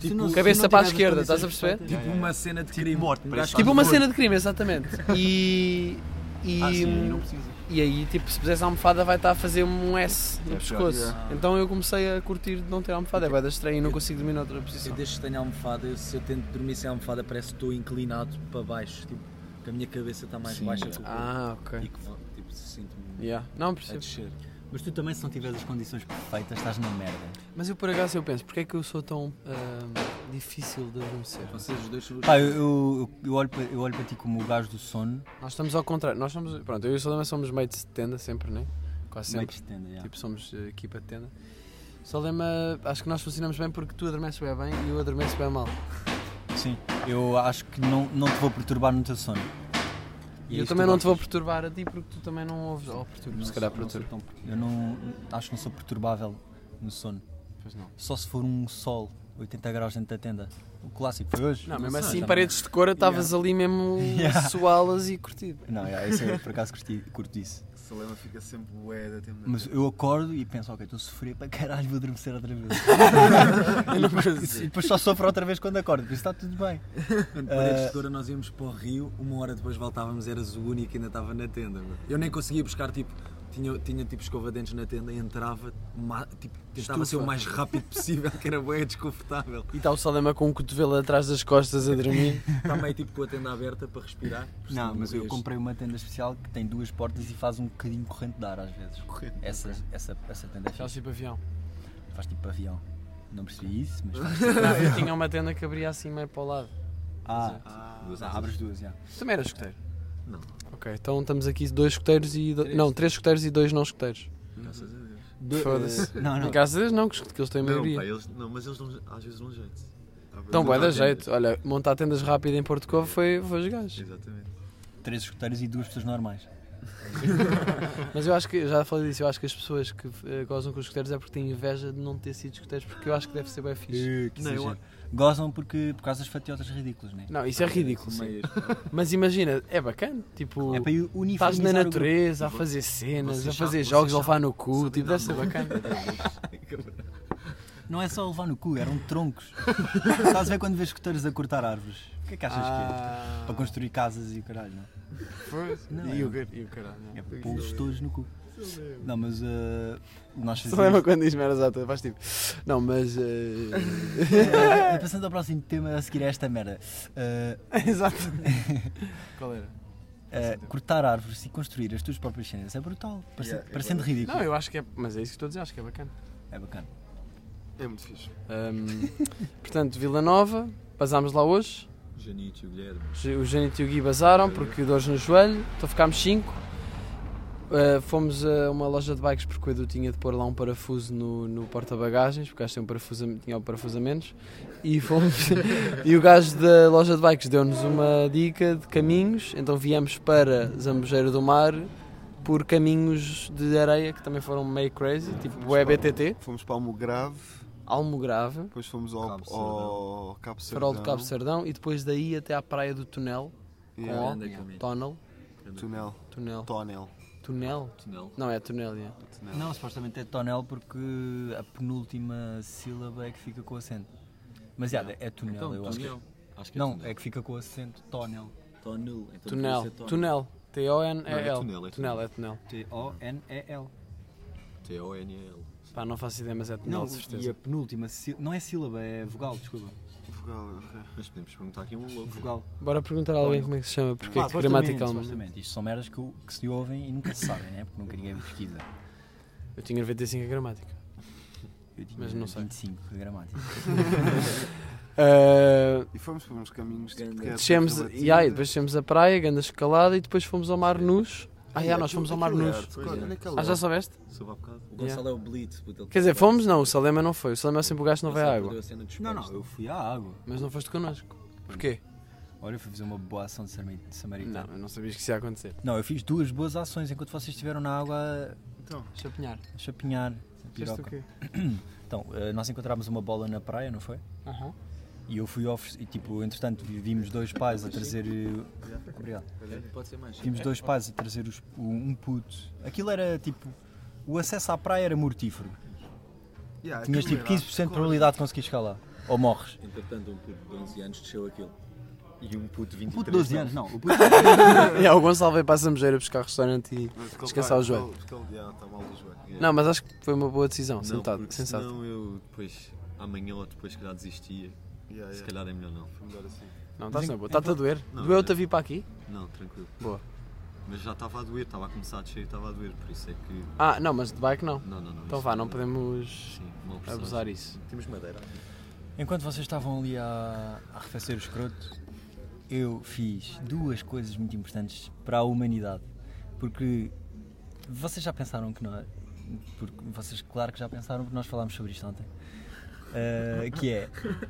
Speaker 7: Se não- se
Speaker 2: Tipo, cabeça
Speaker 7: não
Speaker 2: para a
Speaker 7: tiveres
Speaker 2: esquerda,
Speaker 7: condições
Speaker 2: estás a perceber?
Speaker 7: para ter-
Speaker 4: Tipo uma cena de crime.
Speaker 8: morte,
Speaker 4: Um
Speaker 8: parece
Speaker 4: gajo
Speaker 8: que
Speaker 2: Tipo
Speaker 4: está
Speaker 2: uma
Speaker 4: morto.
Speaker 2: cena de crime, exatamente. E. E,
Speaker 8: Ah, sim, não precisa.
Speaker 2: e aí, tipo, se pusesse a almofada, vai estar a fazer um S no
Speaker 8: É
Speaker 2: pescoço.
Speaker 3: pior, yeah.
Speaker 2: Então eu comecei a curtir de não ter almofada. É bem estranho e não consigo dormir noutra
Speaker 4: Se
Speaker 2: posição.
Speaker 4: eu deixo que tenha almofada, eu, se eu tento dormir sem almofada, parece que estou inclinado para baixo. Tipo, que a minha cabeça está mais
Speaker 8: Sim.
Speaker 4: baixa que o corpo.
Speaker 2: Ah, ok.
Speaker 4: E que vou- tipo, sinto-me
Speaker 2: Yeah. Não
Speaker 4: a
Speaker 8: É
Speaker 2: percebo.
Speaker 4: descer.
Speaker 7: Mas tu também, se não tiveres as condições perfeitas, estás na merda.
Speaker 2: Mas eu, por acaso, eu penso, porque é que eu sou tão ah, difícil de adormecer?
Speaker 4: Vocês os dois.
Speaker 7: Pá, eu, eu, eu olho para, eu olho para ti como o gajo do sono,
Speaker 2: Nós estamos ao contrário. Nós somos, pronto, eu e o Salema somos mates de tenda sempre, né? Quase
Speaker 7: meio
Speaker 2: sempre.
Speaker 7: que estende, já.
Speaker 2: Tipo, somos eh, equipa de tenda. Salema, acho que nós funcionamos bem porque tu adormeces bem bem e eu adormeço bem mal.
Speaker 7: Sim, eu acho que não, não te vou perturbar no teu sono.
Speaker 2: E
Speaker 7: é
Speaker 2: eu
Speaker 7: isso
Speaker 2: também
Speaker 7: que
Speaker 2: não te vou
Speaker 7: gosto.
Speaker 2: perturbar a ti porque tu também não ouves. Oh, perturbo, se calhar
Speaker 7: Não sou
Speaker 2: perturbo.
Speaker 7: tão- eu não acho que não sou perturbável no sono.
Speaker 2: Pois não.
Speaker 7: Só se for um sol 80 graus dentro da tenda. O clássico foi hoje.
Speaker 2: Não, mesmo
Speaker 7: sei,
Speaker 2: assim,
Speaker 7: já
Speaker 2: paredes de cora, estavas ali mesmo a
Speaker 7: Yeah.
Speaker 2: suá-las e curtido.
Speaker 7: [LAUGHS] Não, não yeah, esse eu por acaso curti, curto disso.
Speaker 3: Salema fica sempre bué da tempo.
Speaker 7: Mas eu acordo e penso, ok, estou a sofrer para caralho, vou adormecer outra vez. [LAUGHS] e depois só sofro outra vez quando acordo, por isso está tudo bem.
Speaker 4: Quando
Speaker 7: Ah,
Speaker 4: paredes de cora, nós íamos para o Rio, uma hora depois voltávamos, eras o único que ainda estava na tenda. meu. Eu nem conseguia buscar, tipo, tinha, tinha tipo escova de dentes na tenda, entrava, ma- tipo, tentava ser o mais rápido possível, que era bem desconfortável.
Speaker 2: [LAUGHS] E está o Salema com o cotovelo atrás das costas a dormir.
Speaker 4: Está meio tipo com a tenda aberta para respirar. porque
Speaker 7: Não,
Speaker 4: senão
Speaker 7: mas eu
Speaker 4: morrias.
Speaker 7: comprei uma tenda especial que tem duas portas e faz um bocadinho corrente de ar às vezes.
Speaker 3: Corrente,
Speaker 7: Essa, essa, essa tenda é
Speaker 2: Já
Speaker 7: fixe.
Speaker 2: o avião.
Speaker 7: Faz tipo avião. Não percebi isso, mas faz.
Speaker 2: Eu tinha uma tenda que abria assim meio para o lado.
Speaker 7: Ah,
Speaker 8: Duas
Speaker 7: ah,
Speaker 8: asas.
Speaker 7: abres duas, já.
Speaker 2: Tu Também era escoteiro.
Speaker 4: Não.
Speaker 2: Ok, então estamos aqui dois escoteiros e. do- Não, três escoteiros e dois não escoteiros.
Speaker 8: Graças a Deus.
Speaker 7: Do-
Speaker 2: Foda-se.
Speaker 7: eh, Não, não.
Speaker 2: Graças a Deus não, que os- que eles têm a
Speaker 8: Não,
Speaker 2: maioria.
Speaker 8: pá, eles, não, mas eles dão- às vezes dão jeito.
Speaker 2: Então, vai
Speaker 8: dá
Speaker 2: dar jeito. Olha, montar tendas rápido em Porto Covo foi, foi os gajos.
Speaker 8: Exatamente.
Speaker 7: Três escuteiros e duas pessoas normais.
Speaker 2: Mas eu acho que, eu já falei disso, eu acho que as pessoas que eh, gozam com os escoteiros é porque têm inveja de não ter sido escoteiros, porque eu acho que deve ser bem fixe.
Speaker 7: Não, eu- Gozam porque, por causa das fatiotas ridículas, né?
Speaker 2: Não, isso é ridículo, sim. Mas imagina, é bacana. Tipo,
Speaker 7: É para eu uniformizar
Speaker 2: estás na
Speaker 7: o grupo.
Speaker 2: natureza a fazer cenas, a
Speaker 8: Vocês
Speaker 2: fazer
Speaker 8: sabem-
Speaker 2: jogos, a
Speaker 8: vocês
Speaker 2: levar no
Speaker 8: sabem
Speaker 2: cu. Tipo,
Speaker 8: dar
Speaker 2: deve ser bacana.
Speaker 7: Não é só levar no cu, eram troncos. Estás a ver quando vês escuteiros a cortar árvores? O que é que achas
Speaker 2: Ah.
Speaker 7: que é? Para construir casas e o caralho, não? é? Não,
Speaker 2: E
Speaker 7: é-
Speaker 2: o gar- e o caralho. não.
Speaker 7: É pô-los todos no cu. Não, mas eh, nós
Speaker 2: Só lembra
Speaker 7: fazíamos.
Speaker 2: é quando diz meras à toa, faz tipo. Não, mas. eh,
Speaker 7: Eh, passando ao próximo tema a seguir a esta merda. Eh,
Speaker 2: [LAUGHS] [LAUGHS] Exato. Qual era?
Speaker 7: eh, cortar árvores e construir as tuas próprias cenas é brutal. Parece- parecendo ridículo.
Speaker 2: Não, eu acho que é. Mas é isso que estou a dizer, acho que é bacana.
Speaker 7: É bacana.
Speaker 3: É muito fixe.
Speaker 2: Ahm, [LAUGHS] portanto, Vila Nova, basámos lá hoje.
Speaker 8: Janito e o Guilherme.
Speaker 2: O Janito e o Gui basaram porque dores no joelho, então ficámos 5. fomos a uma loja de bikes porque o Edu tinha de pôr lá um parafuso no, no porta-bagagens, porque acho que tem um parafuso a- tinha um parafuso a menos. E, fomos, [LAUGHS] e o gajo da loja de bikes deu-nos uma dica de caminhos, então viemos para Zambujeira do Mar por caminhos de areia que também foram meio crazy, tipo o EBTT,
Speaker 3: Fomos para o Grave,
Speaker 2: Almograve.
Speaker 3: depois fomos ao
Speaker 8: Cabo Sardão.
Speaker 3: ao Cabo Sardão.
Speaker 2: Farol do Cabo Sardão e depois daí até à praia do Tunel.
Speaker 3: Yeah.
Speaker 2: Com
Speaker 4: Grande
Speaker 2: O,
Speaker 4: caminho.
Speaker 2: Tonel.
Speaker 3: Tunel.
Speaker 2: Tunel.
Speaker 3: Tonel.
Speaker 2: Tunel?
Speaker 8: Tunel.
Speaker 2: Não, é Tunel, yeah.
Speaker 7: Não, supostamente é tonel porque a penúltima sílaba é que fica com acento. Mas já, é tonel, eu acho. que-
Speaker 5: Acho que é
Speaker 7: Não,
Speaker 5: Tunel.
Speaker 7: é que fica com o acento tonel.
Speaker 5: Tonel. Então
Speaker 2: Tunel.
Speaker 5: deve ser Tonel.
Speaker 2: Tunel.
Speaker 8: Não, é
Speaker 2: T-O-N-E-L.
Speaker 8: tunel, é
Speaker 2: Tunel, é tunel.
Speaker 7: T-O-N-E-L.
Speaker 8: T-O-N-E-L.
Speaker 2: Pá, não faço ideia, mas é tunel,
Speaker 7: Não,
Speaker 2: de
Speaker 7: e a
Speaker 2: certeza.
Speaker 7: penúltima, sí- não é sílaba, é vogal, desculpa.
Speaker 8: Portugal, ok. Mas podemos perguntar aqui um louco.
Speaker 7: Vogal.
Speaker 2: Bora perguntar a alguém como é que se chama, porque
Speaker 7: Pá,
Speaker 2: é que gramaticalmente.
Speaker 7: supostamente. Isto são merdas que, o- que se ouvem e nunca se sabem, né? Porque nunca ninguém pesquisa.
Speaker 2: Eu tinha 95 a gramática.
Speaker 7: Eu tinha
Speaker 2: Mas não sei.
Speaker 7: 25 de gramática.
Speaker 2: Ah,
Speaker 3: E fomos por uns caminhos de podcast.
Speaker 2: Descemos,
Speaker 3: aquela
Speaker 2: e aí,
Speaker 3: batida.
Speaker 2: depois descemos a praia, ganda escalada e depois fomos ao Mar Nus. Ah, já, nós fomos ao Mar
Speaker 8: Aquilo é
Speaker 2: Nus.
Speaker 8: arte, pois é.
Speaker 3: Olha aquela.
Speaker 2: Ah, já soubeste?
Speaker 8: Soube há bocado.
Speaker 5: O Gonçalo é o Blitz. puto, ele
Speaker 2: Quer dizer,
Speaker 5: perdeu-
Speaker 2: fomos? Não, o Salema não foi. O Salema é sempre o gajo que
Speaker 5: o
Speaker 2: não vai
Speaker 5: Gonçalo
Speaker 2: à água.
Speaker 5: perdeu a cena dos
Speaker 7: não, não,
Speaker 5: pés.
Speaker 7: Ah, eu fui à água.
Speaker 2: Mas não foste connosco. Porquê?
Speaker 7: Olha, eu fui fazer uma boa ação de samari- de
Speaker 2: Não,
Speaker 7: samaritano.
Speaker 2: eu não sabias que isso ia acontecer.
Speaker 7: Não. eu fiz duas boas ações enquanto vocês estiveram na água
Speaker 2: Chapinhar.
Speaker 7: a chapinhar. a
Speaker 2: Fizeste o
Speaker 7: piroca.
Speaker 2: quê?
Speaker 7: Então, eh, nós encontramos uma bola na praia, não foi?
Speaker 2: [LAUGHS] Aham.
Speaker 7: E eu fui oferecer, e tipo, entretanto, vimos dois pais a trazer. eh, Obrigado.
Speaker 5: Pode ser mais.
Speaker 7: Vimos dois pais a trazer os- o- um puto. Aquilo era tipo. O acesso à praia era mortífero.
Speaker 3: Yeah,
Speaker 7: Tinhas
Speaker 3: aquilo
Speaker 7: tipo
Speaker 3: era
Speaker 7: 15% de probabilidade de conseguir chegar lá. Ou morres.
Speaker 5: Entretanto, um puto de 11 anos desceu aquilo.
Speaker 8: E um puto de 23
Speaker 7: O puto de 12 anos, não. O puto
Speaker 2: E há o Gonçalo veio para a Samjeira buscar restaurante e.
Speaker 8: Mas porque ele
Speaker 2: Descansar
Speaker 8: vai-
Speaker 2: o joelho.
Speaker 8: Porque ele já
Speaker 3: tá
Speaker 8: está mal do joelho.
Speaker 3: é
Speaker 8: Yeah.
Speaker 2: Não, mas acho que foi uma boa decisão,
Speaker 8: Não,
Speaker 2: sentado,
Speaker 8: porque
Speaker 2: sensato.
Speaker 8: Senão eu depois, amanhã ou depois, se calhar desistia.
Speaker 3: Yeah,
Speaker 8: Se
Speaker 3: yeah.
Speaker 8: calhar é melhor não.
Speaker 3: Foi melhor assim.
Speaker 2: Não, está-se na boa.
Speaker 7: então-
Speaker 2: Está-te a doer?
Speaker 8: Não,
Speaker 2: Doeu-te
Speaker 8: não.
Speaker 2: a vir para aqui?
Speaker 8: Não, tranquilo.
Speaker 2: Boa.
Speaker 8: Mas já estava a doer, estava a começar a descer e estava a doer, por isso é que.
Speaker 2: Ah, não, mas de bike não.
Speaker 8: Não, não, não.
Speaker 2: Então
Speaker 8: isso
Speaker 2: vá, não podemos
Speaker 8: Sim, mal presságio.
Speaker 2: abusar isso.
Speaker 8: Temos madeira.
Speaker 7: [LAUGHS] Enquanto vocês estavam ali a, a arrefecer o escroto, eu fiz duas coisas muito importantes para a humanidade. Porque vocês já pensaram que nós. Porque vocês, claro que já pensaram, porque nós falámos sobre isto ontem. Ah, que é,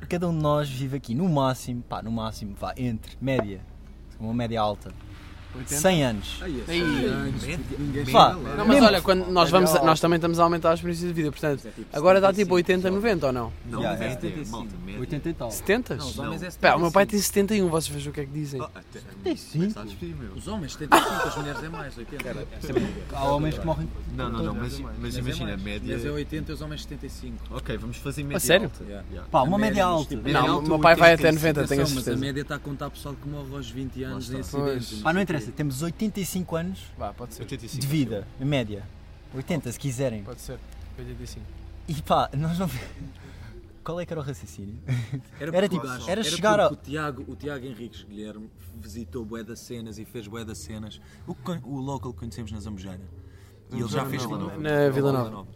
Speaker 7: cada um de nós vive aqui no máximo, pá, no máximo, vá, entre, média, uma média alta, 100 anos.
Speaker 5: é
Speaker 2: Aí.
Speaker 7: Pá,
Speaker 2: Não, mas olha, quando nós, vamos, nós também estamos a aumentar as experiências de vida,
Speaker 5: É
Speaker 2: portanto, agora dá tipo 80, 90 ou não?
Speaker 8: Não,
Speaker 7: Yeah,
Speaker 8: média,
Speaker 7: é
Speaker 8: malta, média.
Speaker 7: 80 e tal.
Speaker 2: 70?
Speaker 5: Os
Speaker 8: Não.
Speaker 5: homens é
Speaker 2: Pá, o meu pai tem 71, vocês vejam o que é que dizem.
Speaker 8: Ah, até. Pensaste frio, meu.
Speaker 5: Os homens 75, as mulheres é mais, 80.
Speaker 7: Há homens que morrem.
Speaker 8: Não, não, não, mas, mas imagina, a média.
Speaker 5: Mas é 80 e os homens 75.
Speaker 8: Ok, vamos fazer média.
Speaker 2: sério?
Speaker 8: alta.
Speaker 5: Yeah.
Speaker 8: Yeah.
Speaker 7: Pá,
Speaker 5: A
Speaker 7: uma
Speaker 5: média
Speaker 7: média
Speaker 5: nos
Speaker 7: alta.
Speaker 5: tipos-
Speaker 2: Não, o
Speaker 8: alta,
Speaker 2: meu pai vai até
Speaker 8: 85,
Speaker 2: 90, Então, tenho a
Speaker 5: Atenção, mas a
Speaker 2: certeza.
Speaker 5: média está a contar pessoal que morre aos 20 anos em
Speaker 2: está.
Speaker 5: acidentes.
Speaker 7: Pá, não interessa, temos 85 anos
Speaker 2: Vá, pode ser,
Speaker 8: 85.
Speaker 7: de vida, em média. 80, se quiserem.
Speaker 2: pode ser. assim, 85.
Speaker 7: E pá, nós não. Qual é que era o raciocínio? Era
Speaker 5: porque o
Speaker 7: tipo-
Speaker 5: gajo-
Speaker 7: era chegar
Speaker 5: porque
Speaker 7: a-
Speaker 5: o Tiago, o Tiago Henriques Guilherme visitou bué das cenas e fez bué das cenas. O, que con- o local que conhecemos na Zambujeira. E ele já fez
Speaker 8: Nova.
Speaker 5: tipo-
Speaker 2: Na Vila Nova.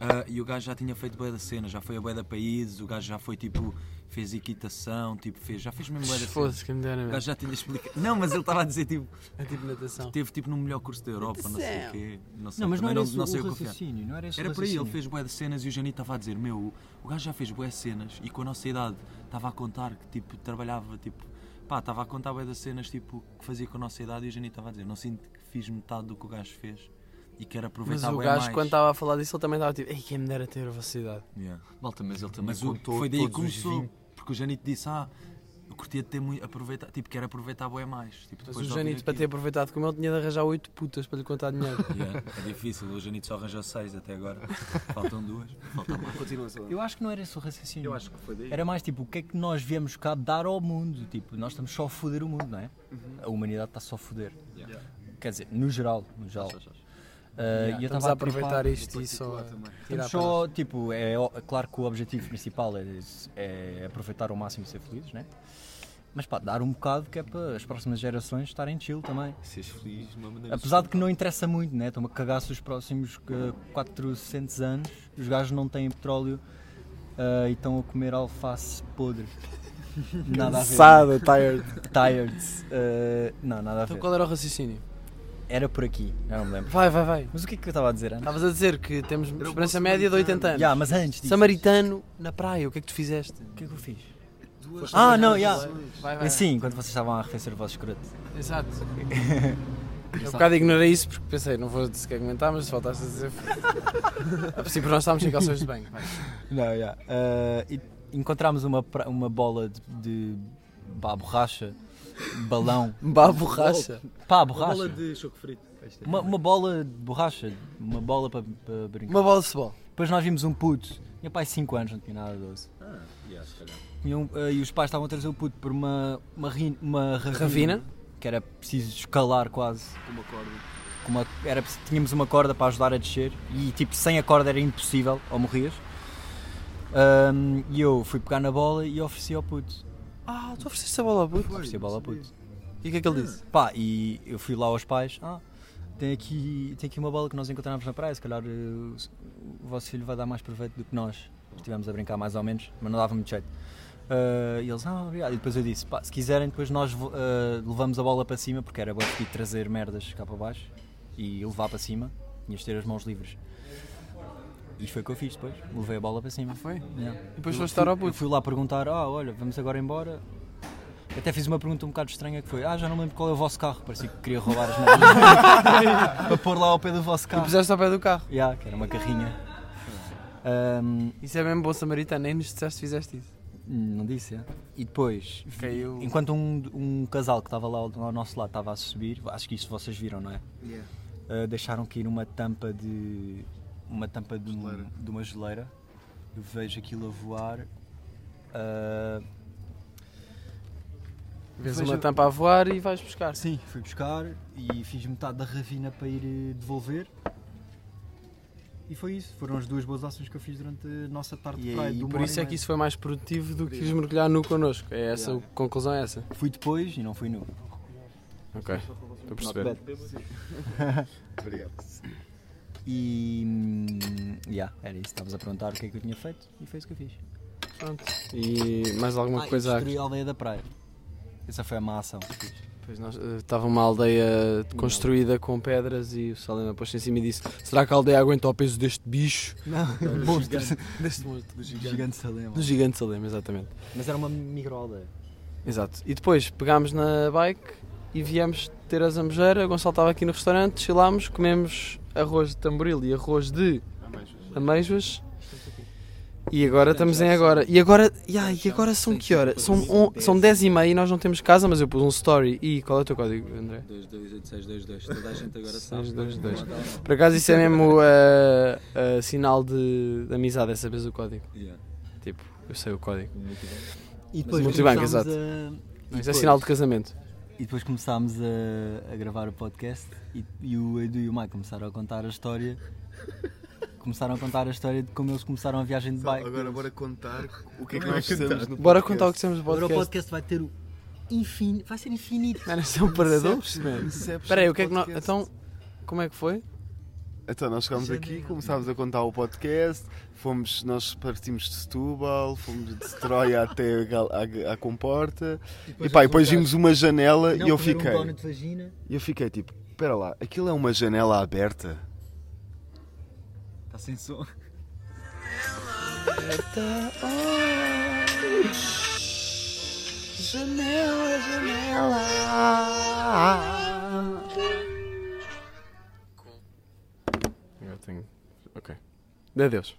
Speaker 5: Ah, e o gajo já tinha feito bué da cena, já foi a bué da países, o gajo já foi tipo, fez equitação, tipo, fez, já fez mesmo bué da cena.
Speaker 2: Foda-se, que me dera
Speaker 5: O
Speaker 2: mesmo.
Speaker 5: gajo já tinha explicado. Não, mas ele estava a dizer tipo,
Speaker 2: É tipo natação.
Speaker 5: teve tipo no melhor curso da Europa, não sei o quê. Não, sei,
Speaker 7: Não, mas não
Speaker 5: também
Speaker 7: era esse
Speaker 5: não
Speaker 7: o
Speaker 5: sei o que é. eu fiz.
Speaker 7: raciocínio, não era esse o
Speaker 5: Era por aí, ele
Speaker 7: raciocínio.
Speaker 5: fez bué de cenas e o Jani estava a dizer, meu, o- o gajo já fez bué de cenas e com a nossa idade estava a contar que tipo, trabalhava, tipo, pá, estava a contar bué de cenas tipo, que fazia com a nossa idade e o Jani estava a dizer, não sinto que fiz metade do que o gajo fez e quero
Speaker 2: Mas
Speaker 5: aproveitar
Speaker 2: o
Speaker 5: bué
Speaker 2: gajo,
Speaker 5: mais.
Speaker 2: quando tá- estava a falar disso, ele também estava tipo, ei, quem me dera ter a vossa idade.
Speaker 5: Yeah.
Speaker 8: Malta, mas ele também
Speaker 5: Mas o,
Speaker 8: contou
Speaker 5: foi daí que
Speaker 8: todos os
Speaker 5: começou,
Speaker 8: 20.
Speaker 5: porque o Jani te disse, ah, eu curtia de ter muito, aproveitar, tipo, quero aproveitar bué mais. Tipo,
Speaker 2: Mas
Speaker 5: depois
Speaker 2: o
Speaker 5: de ouvir
Speaker 2: Janito, para ter
Speaker 5: aquilo.
Speaker 2: aproveitado como ele, tinha de arranjar 8 putas para lhe contar dinheiro.
Speaker 5: Yeah, é difícil, o Janito só arranjou seis
Speaker 2: [LAUGHS]
Speaker 5: até agora, faltam duas, faltam mais.
Speaker 3: Continua, Salão.
Speaker 7: Eu acho que não era esse o raciocínio.
Speaker 5: que foi daí.
Speaker 7: Era mais tipo, o que é que nós viemos cá dar ao mundo? Tipo, nós estamos só a foder o mundo, não é?
Speaker 5: Uhum.
Speaker 7: A humanidade está só a foder.
Speaker 8: Yeah.
Speaker 7: Quer dizer, no geral, no geral. Ah,
Speaker 2: Yeah,
Speaker 7: e eu
Speaker 2: Estamos
Speaker 7: estava
Speaker 2: a
Speaker 7: a tripar-
Speaker 2: aproveitar isto e só. a tirar
Speaker 7: Estamos só, tipo, é, ó- claro que o objetivo principal é, é aproveitar ao máximo e ser felizes, né? Mas pá, dar um bocado que é para as próximas gerações estarem chill também.
Speaker 8: Seres feliz de uma maneira.
Speaker 7: Apesar de que não interessa muito, né? Estão-me a cagar-se os próximos eh, 400 anos, os gajos não têm petróleo eh, e estão a comer alface
Speaker 2: [LAUGHS]
Speaker 7: podre. Nada a ver.
Speaker 2: Cansada, tired.
Speaker 7: Tired. eh, não, nada a
Speaker 2: Então
Speaker 7: ver.
Speaker 2: qual era o raciocínio?
Speaker 7: Era por aqui, já não me lembro.
Speaker 2: Vai, vai, vai.
Speaker 7: Mas o que é que eu estava a dizer antes?
Speaker 2: Estavas a dizer que temos esperança média de 80 anos.
Speaker 7: Já, mas antes disso,
Speaker 2: Samaritano na praia, o que é que tu fizeste?
Speaker 7: o que é que eu fiz? Ah, não, já. Sim, quando vocês estavam a arrefecer o vosso escroto.
Speaker 2: Exato. [LAUGHS] Eu um bocado ignorei isso porque pensei, não vou sequer comentar, mas se faltasse a dizer. [LAUGHS] foi. a princípio, nós estávamos em calções de banho. vai.
Speaker 7: Não, já. Ah, e encontramos uma, pra- uma bola de, de pá, borracha, balão.
Speaker 2: Bah, borracha.
Speaker 7: Pá, borracha.
Speaker 5: de choco frito.
Speaker 7: Uma, uma bola de borracha, uma bola para brincar.
Speaker 2: Uma bola de futebol.
Speaker 7: Depois nós vimos um puto, tinha pai 5 anos, não tinha nada 12.
Speaker 4: Ah, Yeah, se calhar.
Speaker 7: E, um- eh, e os pais estavam a trazer o puto por uma, uma, ri- uma ravina,
Speaker 2: Ravina?
Speaker 7: que era preciso escalar quase uma corda. Com uma, era, preciso- tínhamos uma corda para ajudar a descer e tipo sem a corda era impossível, ou morrias. Ahm, e eu fui pegar na bola e ofereci ao puto.
Speaker 2: Ah, tu ofereceste a bola ao puto?
Speaker 7: Ofereci a bola ao puto.
Speaker 2: E o que é que
Speaker 4: Ah.
Speaker 2: ele disse?
Speaker 7: Pá, e eu fui lá aos pais, ah, tem aqui, tem aqui uma bola que nós encontramos na praia, se calhar eh, o, o vosso filho vai dar mais proveito do que nós. Estivemos a brincar mais ou menos, mas não dava muito jeito. Ah, e eles, ah, obrigado. E depois eu disse, pá, se quiserem, depois nós vo- ah, levamos a bola para cima, porque era bom de trazer merdas cá para baixo e levar para cima, tinhas de ter as mãos livres. E foi o que eu fiz depois, levei a bola para cima.
Speaker 2: Foi?
Speaker 7: Yeah.
Speaker 2: Depois
Speaker 7: Eu
Speaker 2: foste dar ao
Speaker 7: fui- eu
Speaker 2: puto.
Speaker 7: Fui lá perguntar, ah, olha, vamos agora embora. Até fiz uma pergunta um bocado estranha que foi, ah, já não me lembro qual é o vosso carro, parecia que queria roubar as merdas para pôr lá ao pé do vosso
Speaker 2: Tu
Speaker 7: carro.
Speaker 2: puseste ao pé do carro.
Speaker 7: Yeah, que era uma carrinha. Ahm,
Speaker 2: Isso é mesmo bom samaritano, nem nos disseste que fizeste isso.
Speaker 7: não disse, é? E depois, vi-
Speaker 2: Caiu.
Speaker 7: enquanto um, um casal que estava lá ao, ao nosso lado estava a subir, acho que isso vocês viram, não é?
Speaker 9: Yeah.
Speaker 7: Ah, deixaram cair uma tampa de. uma tampa de, um- de uma geleira. Eu vejo aquilo a voar. Ah,
Speaker 2: Vês
Speaker 7: Veja-
Speaker 2: uma tampa a voar e vais buscar.
Speaker 7: Sim, fui buscar e fiz metade da ravina para ir eh, devolver. E foi isso. Foram as duas boas ações que eu fiz durante a nossa tarde de
Speaker 2: E,
Speaker 7: praia.
Speaker 2: aí,
Speaker 7: de uma
Speaker 2: por
Speaker 7: hora
Speaker 2: isso
Speaker 7: e
Speaker 2: é que
Speaker 7: meia.
Speaker 2: isso foi mais produtivo do que ires mergulhar nu connosco. É essa a conclusão, é essa.
Speaker 7: Fui depois e não fui nu.
Speaker 2: Ok, estou a perceber.
Speaker 7: [LAUGHS]
Speaker 3: Obrigado.
Speaker 7: E. hum, yeah, era isso. Estavas a perguntar o que é que eu tinha feito e foi isso que eu fiz.
Speaker 2: Pronto. E mais alguma
Speaker 7: ah, e
Speaker 2: coisa?
Speaker 7: destruí a aldeia da praia. Essa foi a má ação que fiz.
Speaker 2: Pois nós, eh, estava uma aldeia construída com pedras e o Salema pôs-se em cima e disse: Será que a aldeia aguenta o peso deste [LAUGHS] bicho?
Speaker 7: Não, monstro.
Speaker 2: [LAUGHS] Deste monstro. Do
Speaker 7: Gigante, Salema.
Speaker 2: Do gigante Salema, exatamente.
Speaker 7: Mas era uma microaldeia.
Speaker 2: Exato. E depois pegámos na bike e viemos ter a zambujeira. O Gonçalo estava aqui no restaurante, chilámos, comemos arroz de tamboril e arroz de
Speaker 3: Então,
Speaker 2: ameijoas. E agora estamos em agora. E agora, Ya, e agora são que horas? São, on, são 10 e meia e nós não temos casa, mas eu pus um story. E qual é o teu código, André?
Speaker 4: 2286222. Toda a gente agora sabe. é?
Speaker 2: 622. Por acaso isso é mesmo eh, eh, sinal de, de amizade, é saberes o código.
Speaker 4: Yeah.
Speaker 2: Tipo, eu sei o código.
Speaker 7: E depois
Speaker 2: multibanco,
Speaker 7: começámos A...
Speaker 2: Isso é sinal de casamento.
Speaker 7: E depois começámos a, a gravar o podcast e, e o Edu e o Mike começaram a contar a história. Começaram a contar a história de como eles começaram a viagem de bike.
Speaker 8: Agora bora contar o que é que nós fizemos no
Speaker 2: Bora contar o que temos no
Speaker 7: Agora o
Speaker 2: podcast.
Speaker 7: podcast vai ter o infinito, vai ser infinito.
Speaker 2: Mano, são perdedores, mano. Espera aí, o que é que nós.
Speaker 8: podcast.
Speaker 2: Então, como é que foi?
Speaker 3: Então, nós chegámos aqui, começámos a contar o podcast, fomos, nós partimos de Setúbal, fomos de Troia até a Gal- à, à Comporta, e pá, e depois vimos uma janela e eu fiquei,
Speaker 7: um de vagina.
Speaker 3: e eu fiquei tipo, espera lá, aquilo é uma janela aberta?
Speaker 4: Está Tá sem som.
Speaker 1: Janela, janela.
Speaker 2: Eu tenho. Ok. Dê Deus.